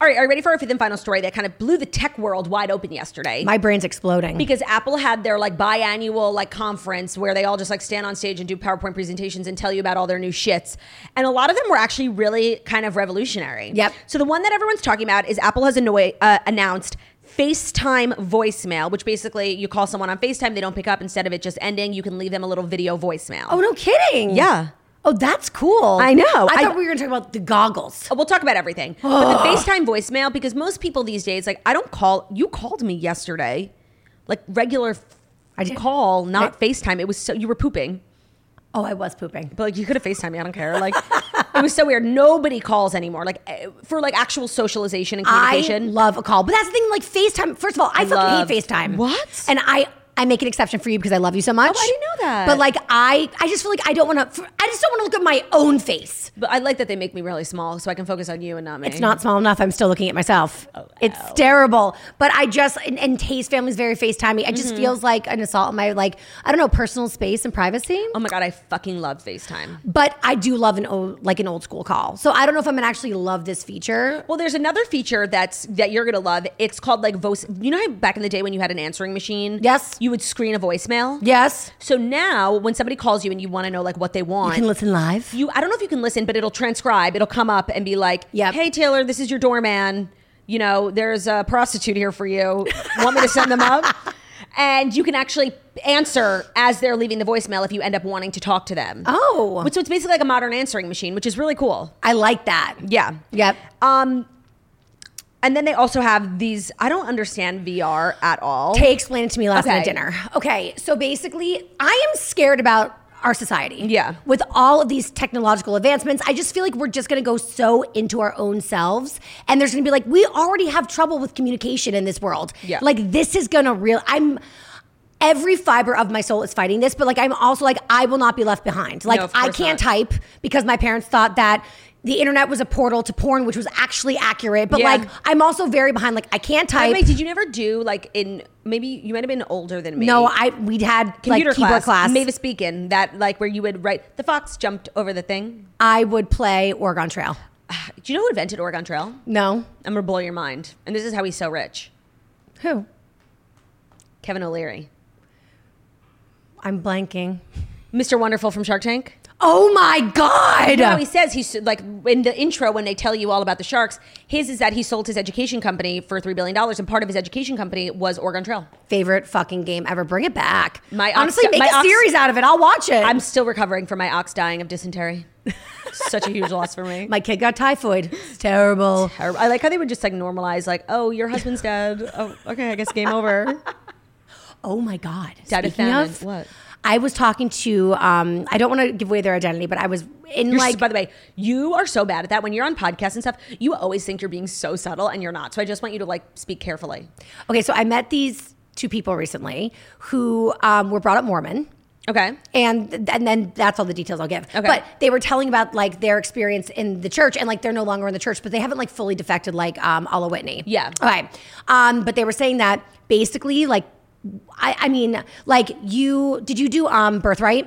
Speaker 1: All right, are you ready for our fifth and final story that kind of blew the tech world wide open yesterday?
Speaker 2: My brain's exploding.
Speaker 1: because Apple had their like biannual like conference where they all just like stand on stage and do PowerPoint presentations and tell you about all their new shits. And a lot of them were actually really kind of revolutionary.
Speaker 2: Yep.
Speaker 1: So the one that everyone's talking about is Apple has annoy- uh, announced FaceTime voicemail, which basically you call someone on FaceTime, they don't pick up. Instead of it just ending, you can leave them a little video voicemail.
Speaker 2: oh, no kidding.
Speaker 1: Yeah.
Speaker 2: Oh, that's cool.
Speaker 1: I know.
Speaker 2: I,
Speaker 1: I-
Speaker 2: thought we were going to talk about the goggles.
Speaker 1: Uh, We'll talk about everything. But the FaceTime voicemail, because most people these days, like, I don't call. You called me yesterday, like regular f-
Speaker 2: I did.
Speaker 1: call, not FaceTime. It was so you were pooping,
Speaker 2: Oh, I was pooping.
Speaker 1: but like you could have FaceTime me. I don't care. Like it was so weird. Nobody calls anymore. Like eh, for like actual socialization and
Speaker 2: I
Speaker 1: communication.
Speaker 2: love a call. But that's the thing, like FaceTime. First of all, I
Speaker 1: Love-
Speaker 2: fucking hate FaceTime.
Speaker 1: What?
Speaker 2: And I. I make an exception for you because I love you so much.
Speaker 1: Oh, I didn't know that.
Speaker 2: But like, I, I just feel like I don't want to. I just don't want to look at my own face.
Speaker 1: but I like that they make me really small, so I can focus on you and not me.
Speaker 2: It's not small enough. I'm still looking at myself.
Speaker 1: Oh,
Speaker 2: It's terrible. But I just and, and Tay's family's very FaceTimey. It just
Speaker 1: Mm-hmm.
Speaker 2: feels like an assault on my like I don't know personal space and privacy.
Speaker 1: Oh my god, I fucking love FaceTime.
Speaker 2: But I do love an old like an old school call. So I don't know if I'm gonna actually love this feature.
Speaker 1: Well, there's another feature that's that you're gonna love. It's called like voice. You know how back in the day when you had an answering machine,
Speaker 2: Yes.
Speaker 1: you would screen a voicemail.
Speaker 2: Yes,
Speaker 1: So now, when somebody calls you and you want to know like what they
Speaker 2: you
Speaker 1: want,
Speaker 2: can listen live.
Speaker 1: you- I don't know if you can listen, but it'll transcribe. It'll come up and be like,
Speaker 2: Yep.
Speaker 1: "Hey Taylor, this is your doorman. You know, there's a prostitute here for you. Want me to send them
Speaker 2: [laughs]
Speaker 1: up?" And you can actually answer as they're leaving the voicemail if you end up wanting to talk to them.
Speaker 2: oh,
Speaker 1: Which- So it's basically like a modern answering machine, which is really cool.
Speaker 2: I like that.
Speaker 1: Yeah.
Speaker 2: Yep.
Speaker 1: Um, and then they also have these. I don't understand VR at all.
Speaker 2: Tay explained it to me last night
Speaker 1: Okay.
Speaker 2: at dinner. Okay, so basically, I am scared about our society.
Speaker 1: Yeah.
Speaker 2: With all of these technological advancements, I just feel like we're just gonna go so into our own selves. And there's gonna be like, we already have trouble with communication in this world.
Speaker 1: Yeah.
Speaker 2: Like, this is gonna real. I'm. Every fiber of my soul is fighting this, but like I'm also like I will not be left behind. Like
Speaker 1: No, of
Speaker 2: I
Speaker 1: course
Speaker 2: can't
Speaker 1: not.
Speaker 2: type because my parents thought that the internet was a portal to porn, which was actually accurate. But
Speaker 1: Yeah.
Speaker 2: like I'm also very behind. Like I can't
Speaker 1: By
Speaker 2: type.
Speaker 1: the way, did you never do like in maybe you might have been older than me?
Speaker 2: No, I we'd had
Speaker 1: computer
Speaker 2: like keyboard class.
Speaker 1: Mavis Beacon, that like where you would write the fox jumped over the thing.
Speaker 2: I would play Oregon Trail.
Speaker 1: Do you know who invented Oregon Trail?
Speaker 2: No,
Speaker 1: I'm gonna blow your mind. And this is how he's so rich.
Speaker 2: who?
Speaker 1: Kevin O'Leary,
Speaker 2: I'm blanking.
Speaker 1: Mr. Wonderful from Shark Tank.
Speaker 2: Oh my god!
Speaker 1: You know how he says he's like in the intro when they tell you all about the sharks. His is that he sold his education company for three billion dollars, and part of his education company was Oregon Trail.
Speaker 2: Favorite fucking game ever. Bring it back.
Speaker 1: My ox-
Speaker 2: honestly, make
Speaker 1: my
Speaker 2: a
Speaker 1: ox-
Speaker 2: series out of it. I'll watch it.
Speaker 1: I'm still recovering from my ox dying of dysentery. [laughs] Such a huge loss for me.
Speaker 2: my kid got typhoid. It's terrible.
Speaker 1: Terrible. I like how they would just like normalize, like, oh, your husband's dead. Oh, okay, I guess game over.
Speaker 2: Oh my god!
Speaker 1: Dad of
Speaker 2: Speaking
Speaker 1: famine.
Speaker 2: of,
Speaker 1: What?
Speaker 2: I was talking to. Um, I don't want to give away their identity, but I was in
Speaker 1: You're
Speaker 2: like.
Speaker 1: like, by the way, you are so bad at that. When you're on podcasts and stuff, you always think you're being so subtle, and you're not. So I just want you to like speak carefully.
Speaker 2: okay, so I met these two people recently who um, were brought up Mormon.
Speaker 1: Okay.
Speaker 2: and and then that's all the details I'll give.
Speaker 1: Okay.
Speaker 2: But they were telling about like their experience in the church, and like they're no longer in the church, but they haven't like fully defected like um, Alla Whitney.
Speaker 1: Yeah.
Speaker 2: Okay. Um, but they were saying that basically, like, I, I mean, like you did you do um birthright?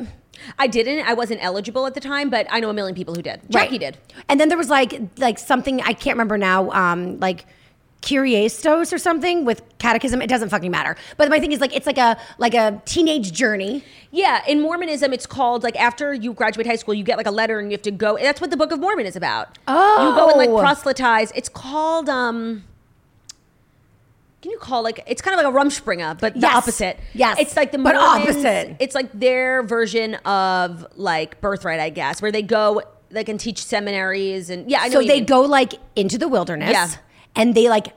Speaker 1: I didn't. I wasn't eligible at the time, but I know a million people who did. Jackie
Speaker 2: Right.
Speaker 1: did.
Speaker 2: And then there was like like something I can't remember now. Um, like Curiestos or something with catechism. It doesn't fucking matter. But my thing is like it's like a like a teenage journey.
Speaker 1: Yeah, in Mormonism, it's called like after you graduate high school, you get like a letter and you have to go. That's what the Book of Mormon is about. you go and
Speaker 2: Oh.
Speaker 1: like proselytize. It's called um. Can you call like it's kind of like a Rumspringa, but the
Speaker 2: Yes.
Speaker 1: opposite.
Speaker 2: Yes.
Speaker 1: it's like the
Speaker 2: But
Speaker 1: Mormons-
Speaker 2: opposite.
Speaker 1: It's like their version of like birthright, I guess, where they go they can teach seminaries and yeah. I know
Speaker 2: So
Speaker 1: what you
Speaker 2: they
Speaker 1: mean.
Speaker 2: go like into the wilderness
Speaker 1: Yeah.
Speaker 2: and they like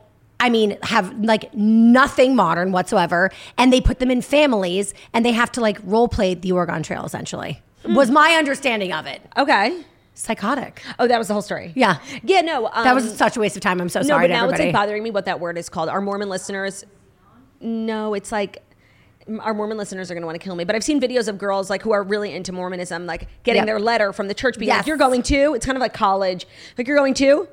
Speaker 2: I mean have like nothing modern whatsoever and they put them in families and they have to like role play the Oregon Trail essentially.
Speaker 1: Hmm.
Speaker 2: Was my understanding of it.
Speaker 1: Okay.
Speaker 2: Psychotic.
Speaker 1: Oh, that was the whole story.
Speaker 2: Yeah.
Speaker 1: Yeah. No. Um,
Speaker 2: That was such a waste of time. I'm so
Speaker 1: No,
Speaker 2: sorry
Speaker 1: but
Speaker 2: to
Speaker 1: now
Speaker 2: everybody.
Speaker 1: it's like bothering me what that word is called. Our Mormon listeners, no, it's like our Mormon listeners are going to want to kill me. But I've seen videos of girls like who are really into Mormonism, like getting
Speaker 2: Yep.
Speaker 1: their letter from the church being
Speaker 2: Yes.
Speaker 1: like, "You're going to." It's kind of like college, like you're going to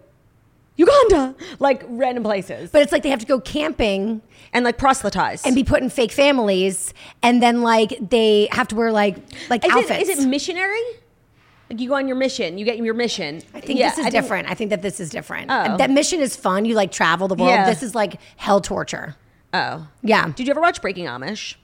Speaker 1: Uganda, like random places,
Speaker 2: but it's like they have to go camping
Speaker 1: and like proselytize.
Speaker 2: and be put in fake families and then like they have to wear like like
Speaker 1: is it,
Speaker 2: outfits.
Speaker 1: is it missionary? Like you go on your mission, you get your mission.
Speaker 2: I think this is different. I think that this is different.
Speaker 1: Oh.
Speaker 2: That mission is fun. You like travel the world.
Speaker 1: Yeah.
Speaker 2: This is like hell torture.
Speaker 1: oh,
Speaker 2: Yeah.
Speaker 1: did you ever watch Breaking Amish?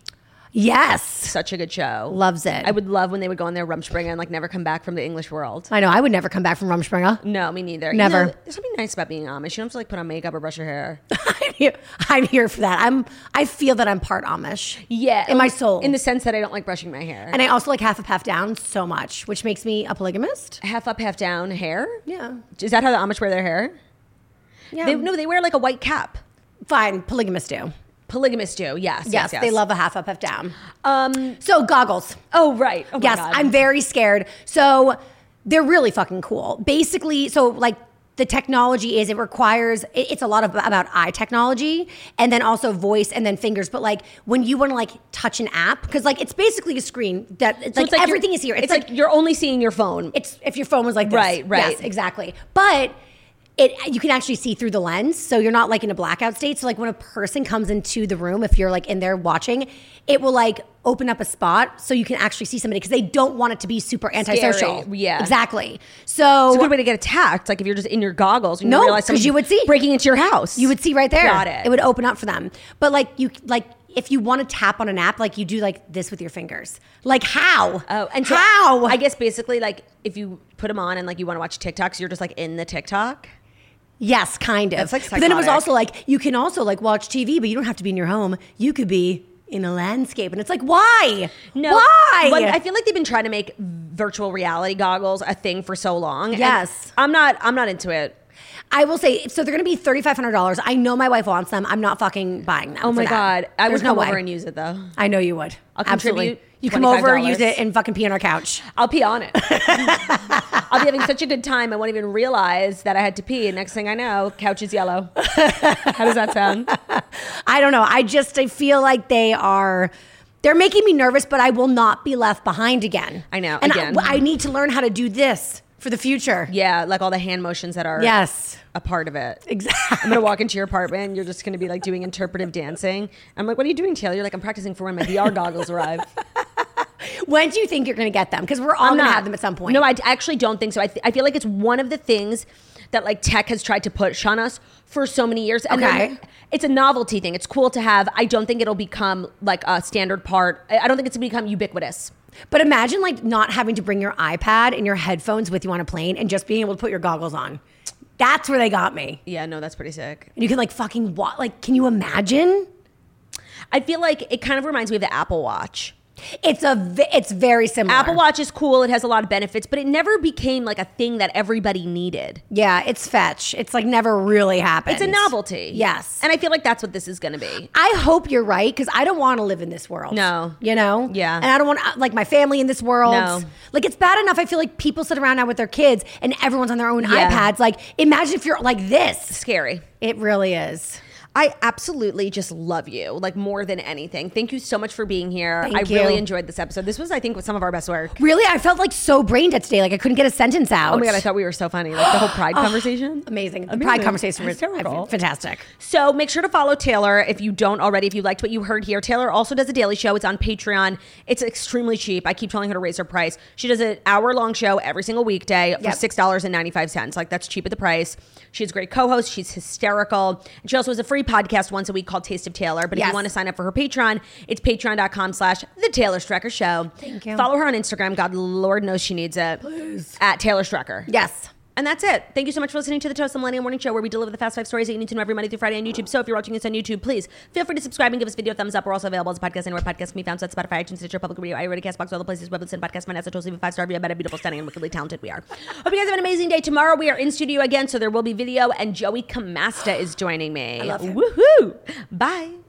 Speaker 2: Yes.
Speaker 1: Such a good show.
Speaker 2: Loves it.
Speaker 1: I would love when they would go on their Rumspringa and like never come back from the English world.
Speaker 2: I know. I would never come back from [laughs] Rumspringa.
Speaker 1: No, me neither. You
Speaker 2: Never.
Speaker 1: know, there's something nice about being Amish. You don't have to like put on makeup or brush your
Speaker 2: [laughs]
Speaker 1: hair.
Speaker 2: I'm here- I'm here for that. I'm. I feel that I'm part Amish. In my soul.
Speaker 1: In the sense that I don't like brushing my hair.
Speaker 2: and I also like half up, half down so much, which makes me a polygamist.
Speaker 1: half up, half down hair.
Speaker 2: Yeah.
Speaker 1: Is that how the Amish wear their hair?
Speaker 2: Yeah.
Speaker 1: They, no, they wear like a white cap.
Speaker 2: Fine. Polygamists do.
Speaker 1: Polygamists do. Yes.
Speaker 2: Yes,
Speaker 1: Yes. yes.
Speaker 2: They love a half up, half down.
Speaker 1: Um.
Speaker 2: So goggles.
Speaker 1: Oh right. Oh, my
Speaker 2: yes,
Speaker 1: God.
Speaker 2: I'm very scared. So they're really fucking cool. Basically, so like the technology is it requires it- it's a lot of about eye technology and then also voice and then fingers but like when you want to like touch an app because like it's basically a screen that it's
Speaker 1: So
Speaker 2: like,
Speaker 1: it's you're-
Speaker 2: everything is here it's,
Speaker 1: It's,
Speaker 2: like,
Speaker 1: like, you're only seeing your phone.
Speaker 2: it's if your phone was like this.
Speaker 1: Right, right.
Speaker 2: Yes, exactly. But it you can actually see through the lens, so you're not like in a blackout state. So like when a person comes into the room, if you're like in there watching, it will like open up a spot so you can actually see somebody because they don't want it to be super antisocial.
Speaker 1: yeah.
Speaker 2: exactly. So
Speaker 1: it's a good way to get attacked. Like if you're just in your goggles, and you
Speaker 2: No,
Speaker 1: realize
Speaker 2: 'cause you
Speaker 1: someone's
Speaker 2: would see.
Speaker 1: breaking into your house.
Speaker 2: you would see right there.
Speaker 1: Got it.
Speaker 2: It would open up for them. But like you like. If you want to tap on an app, like you do, like this with your fingers, like how?
Speaker 1: Oh, and so
Speaker 2: how?
Speaker 1: I guess basically, like if you put them on and like you want to watch TikToks, you're just like in the TikTok.
Speaker 2: Yes, kind of.
Speaker 1: That's, like,
Speaker 2: but then it was
Speaker 1: psychotic.
Speaker 2: also like you can also like watch TV, but you don't have to be in your home. You could be in a landscape, and it's like why? why?
Speaker 1: Like, I feel like they've been trying to make virtual reality goggles a thing for so long. and
Speaker 2: Yes.
Speaker 1: I'm not. I'm not into it.
Speaker 2: I will say so. They're going to be thirty five hundred dollars. I know my wife wants them. I'm not fucking buying them.
Speaker 1: Oh my god! I
Speaker 2: was
Speaker 1: would come over and use it though.
Speaker 2: I know you would.
Speaker 1: I'll
Speaker 2: Absolutely.
Speaker 1: contribute
Speaker 2: You come over,
Speaker 1: $25.
Speaker 2: use it, and fucking pee on our couch.
Speaker 1: I'll pee [laughs] on it. I'll be having such a good time. I won't even realize that I had to pee. And next thing I know, couch is yellow. How does that sound?
Speaker 2: I don't know. I just I feel like they are. They're making me nervous, but I will not be left behind again.
Speaker 1: I know,
Speaker 2: And
Speaker 1: again.
Speaker 2: I, I need to learn how to do this for the future.
Speaker 1: Yeah, like all the hand motions that are
Speaker 2: Yes.
Speaker 1: a part of it. [laughs]
Speaker 2: Exactly.
Speaker 1: I'm gonna walk into your apartment. and You're just gonna be like doing interpretive dancing. I'm like, what are you doing, Taylor? You're like, I'm practicing for when my VR goggles arrive.
Speaker 2: When do you think you're going to get them? Because we're all
Speaker 1: I'm
Speaker 2: going to
Speaker 1: not-
Speaker 2: have them at some point.
Speaker 1: No, I d- actually don't think so. I, th- I feel like it's one of the things that like tech has tried to push on us for so many years. And
Speaker 2: Okay.
Speaker 1: then it's a novelty thing. It's cool to have. I don't think it'll become like a standard part. I I don't think it's become ubiquitous.
Speaker 2: But imagine like not having to bring your iPad and your headphones with you on a plane and just being able to put your goggles on. That's where they got me.
Speaker 1: Yeah, no, that's pretty sick.
Speaker 2: And you can like fucking watch. Like, can you imagine?
Speaker 1: I feel like it kind of reminds me of the Apple Watch.
Speaker 2: It's a. v- It's very similar.
Speaker 1: Apple Watch is cool. It has a lot of benefits, but it never became like a thing that everybody needed.
Speaker 2: Yeah, it's fetch. It's like never really happened.
Speaker 1: It's a novelty.
Speaker 2: Yes.
Speaker 1: And I feel like that's what this is going to be.
Speaker 2: I hope you're right because I don't want to live in this world.
Speaker 1: No.
Speaker 2: you know,
Speaker 1: Yeah.
Speaker 2: and I don't want like my family in this world.
Speaker 1: No.
Speaker 2: like it's bad enough. I feel like people sit around now with their kids and everyone's on their own
Speaker 1: Yeah.
Speaker 2: iPads. Like, imagine if you're like this.
Speaker 1: Scary.
Speaker 2: It really is.
Speaker 1: I absolutely just love you, like more than anything. Thank you so much for being here.
Speaker 2: Thank
Speaker 1: I
Speaker 2: you.
Speaker 1: really enjoyed this episode. This was, I think, some of our best work.
Speaker 2: Really, I felt like so brain dead today. Like I couldn't get a sentence out.
Speaker 1: Oh my god, I thought we were so funny. Like the whole pride conversation.
Speaker 2: Oh, amazing. The
Speaker 1: Amazing.
Speaker 2: pride conversation was
Speaker 1: Hysterical.
Speaker 2: fantastic.
Speaker 1: So make sure to follow Taylor if you don't already. If you liked what you heard here, Taylor also does a daily show. It's on Patreon. It's extremely cheap. I keep telling her to raise her price. She does an hour long show every single weekday for
Speaker 2: Yep.
Speaker 1: six dollars and ninety five cents. Like that's cheap at the price. She's a great co-host. She's hysterical. And she also has a free podcast once a week called Taste of Taylor. But if you
Speaker 2: Yes.
Speaker 1: want to sign up for her Patreon, it's patreon.com slash the Taylor Strecker Show. Thank
Speaker 2: you.
Speaker 1: Follow her on Instagram. God Lord knows she needs it. Please. At Taylor Strecker.
Speaker 2: Yes.
Speaker 1: And that's it. Thank you so much for listening to the Toast the Millennium Morning Show, where we deliver the fast five stories that you need to know every Monday through Friday on YouTube. So if you're watching us on YouTube, please feel free to subscribe and give us a video a thumbs up. We're also available as a podcast anywhere podcasts can be found. So that's Spotify, iTunes, Stitcher, Public Radio, iRadio, Castbox, all the places where listen podcast. My NASA Toast leave a five star review about how beautiful, stunning, and wickedly talented we are. Hope you guys have an amazing day. Tomorrow we are in studio again, so there will be video, and Joey Camasta is joining me. I love him. Woohoo! Bye.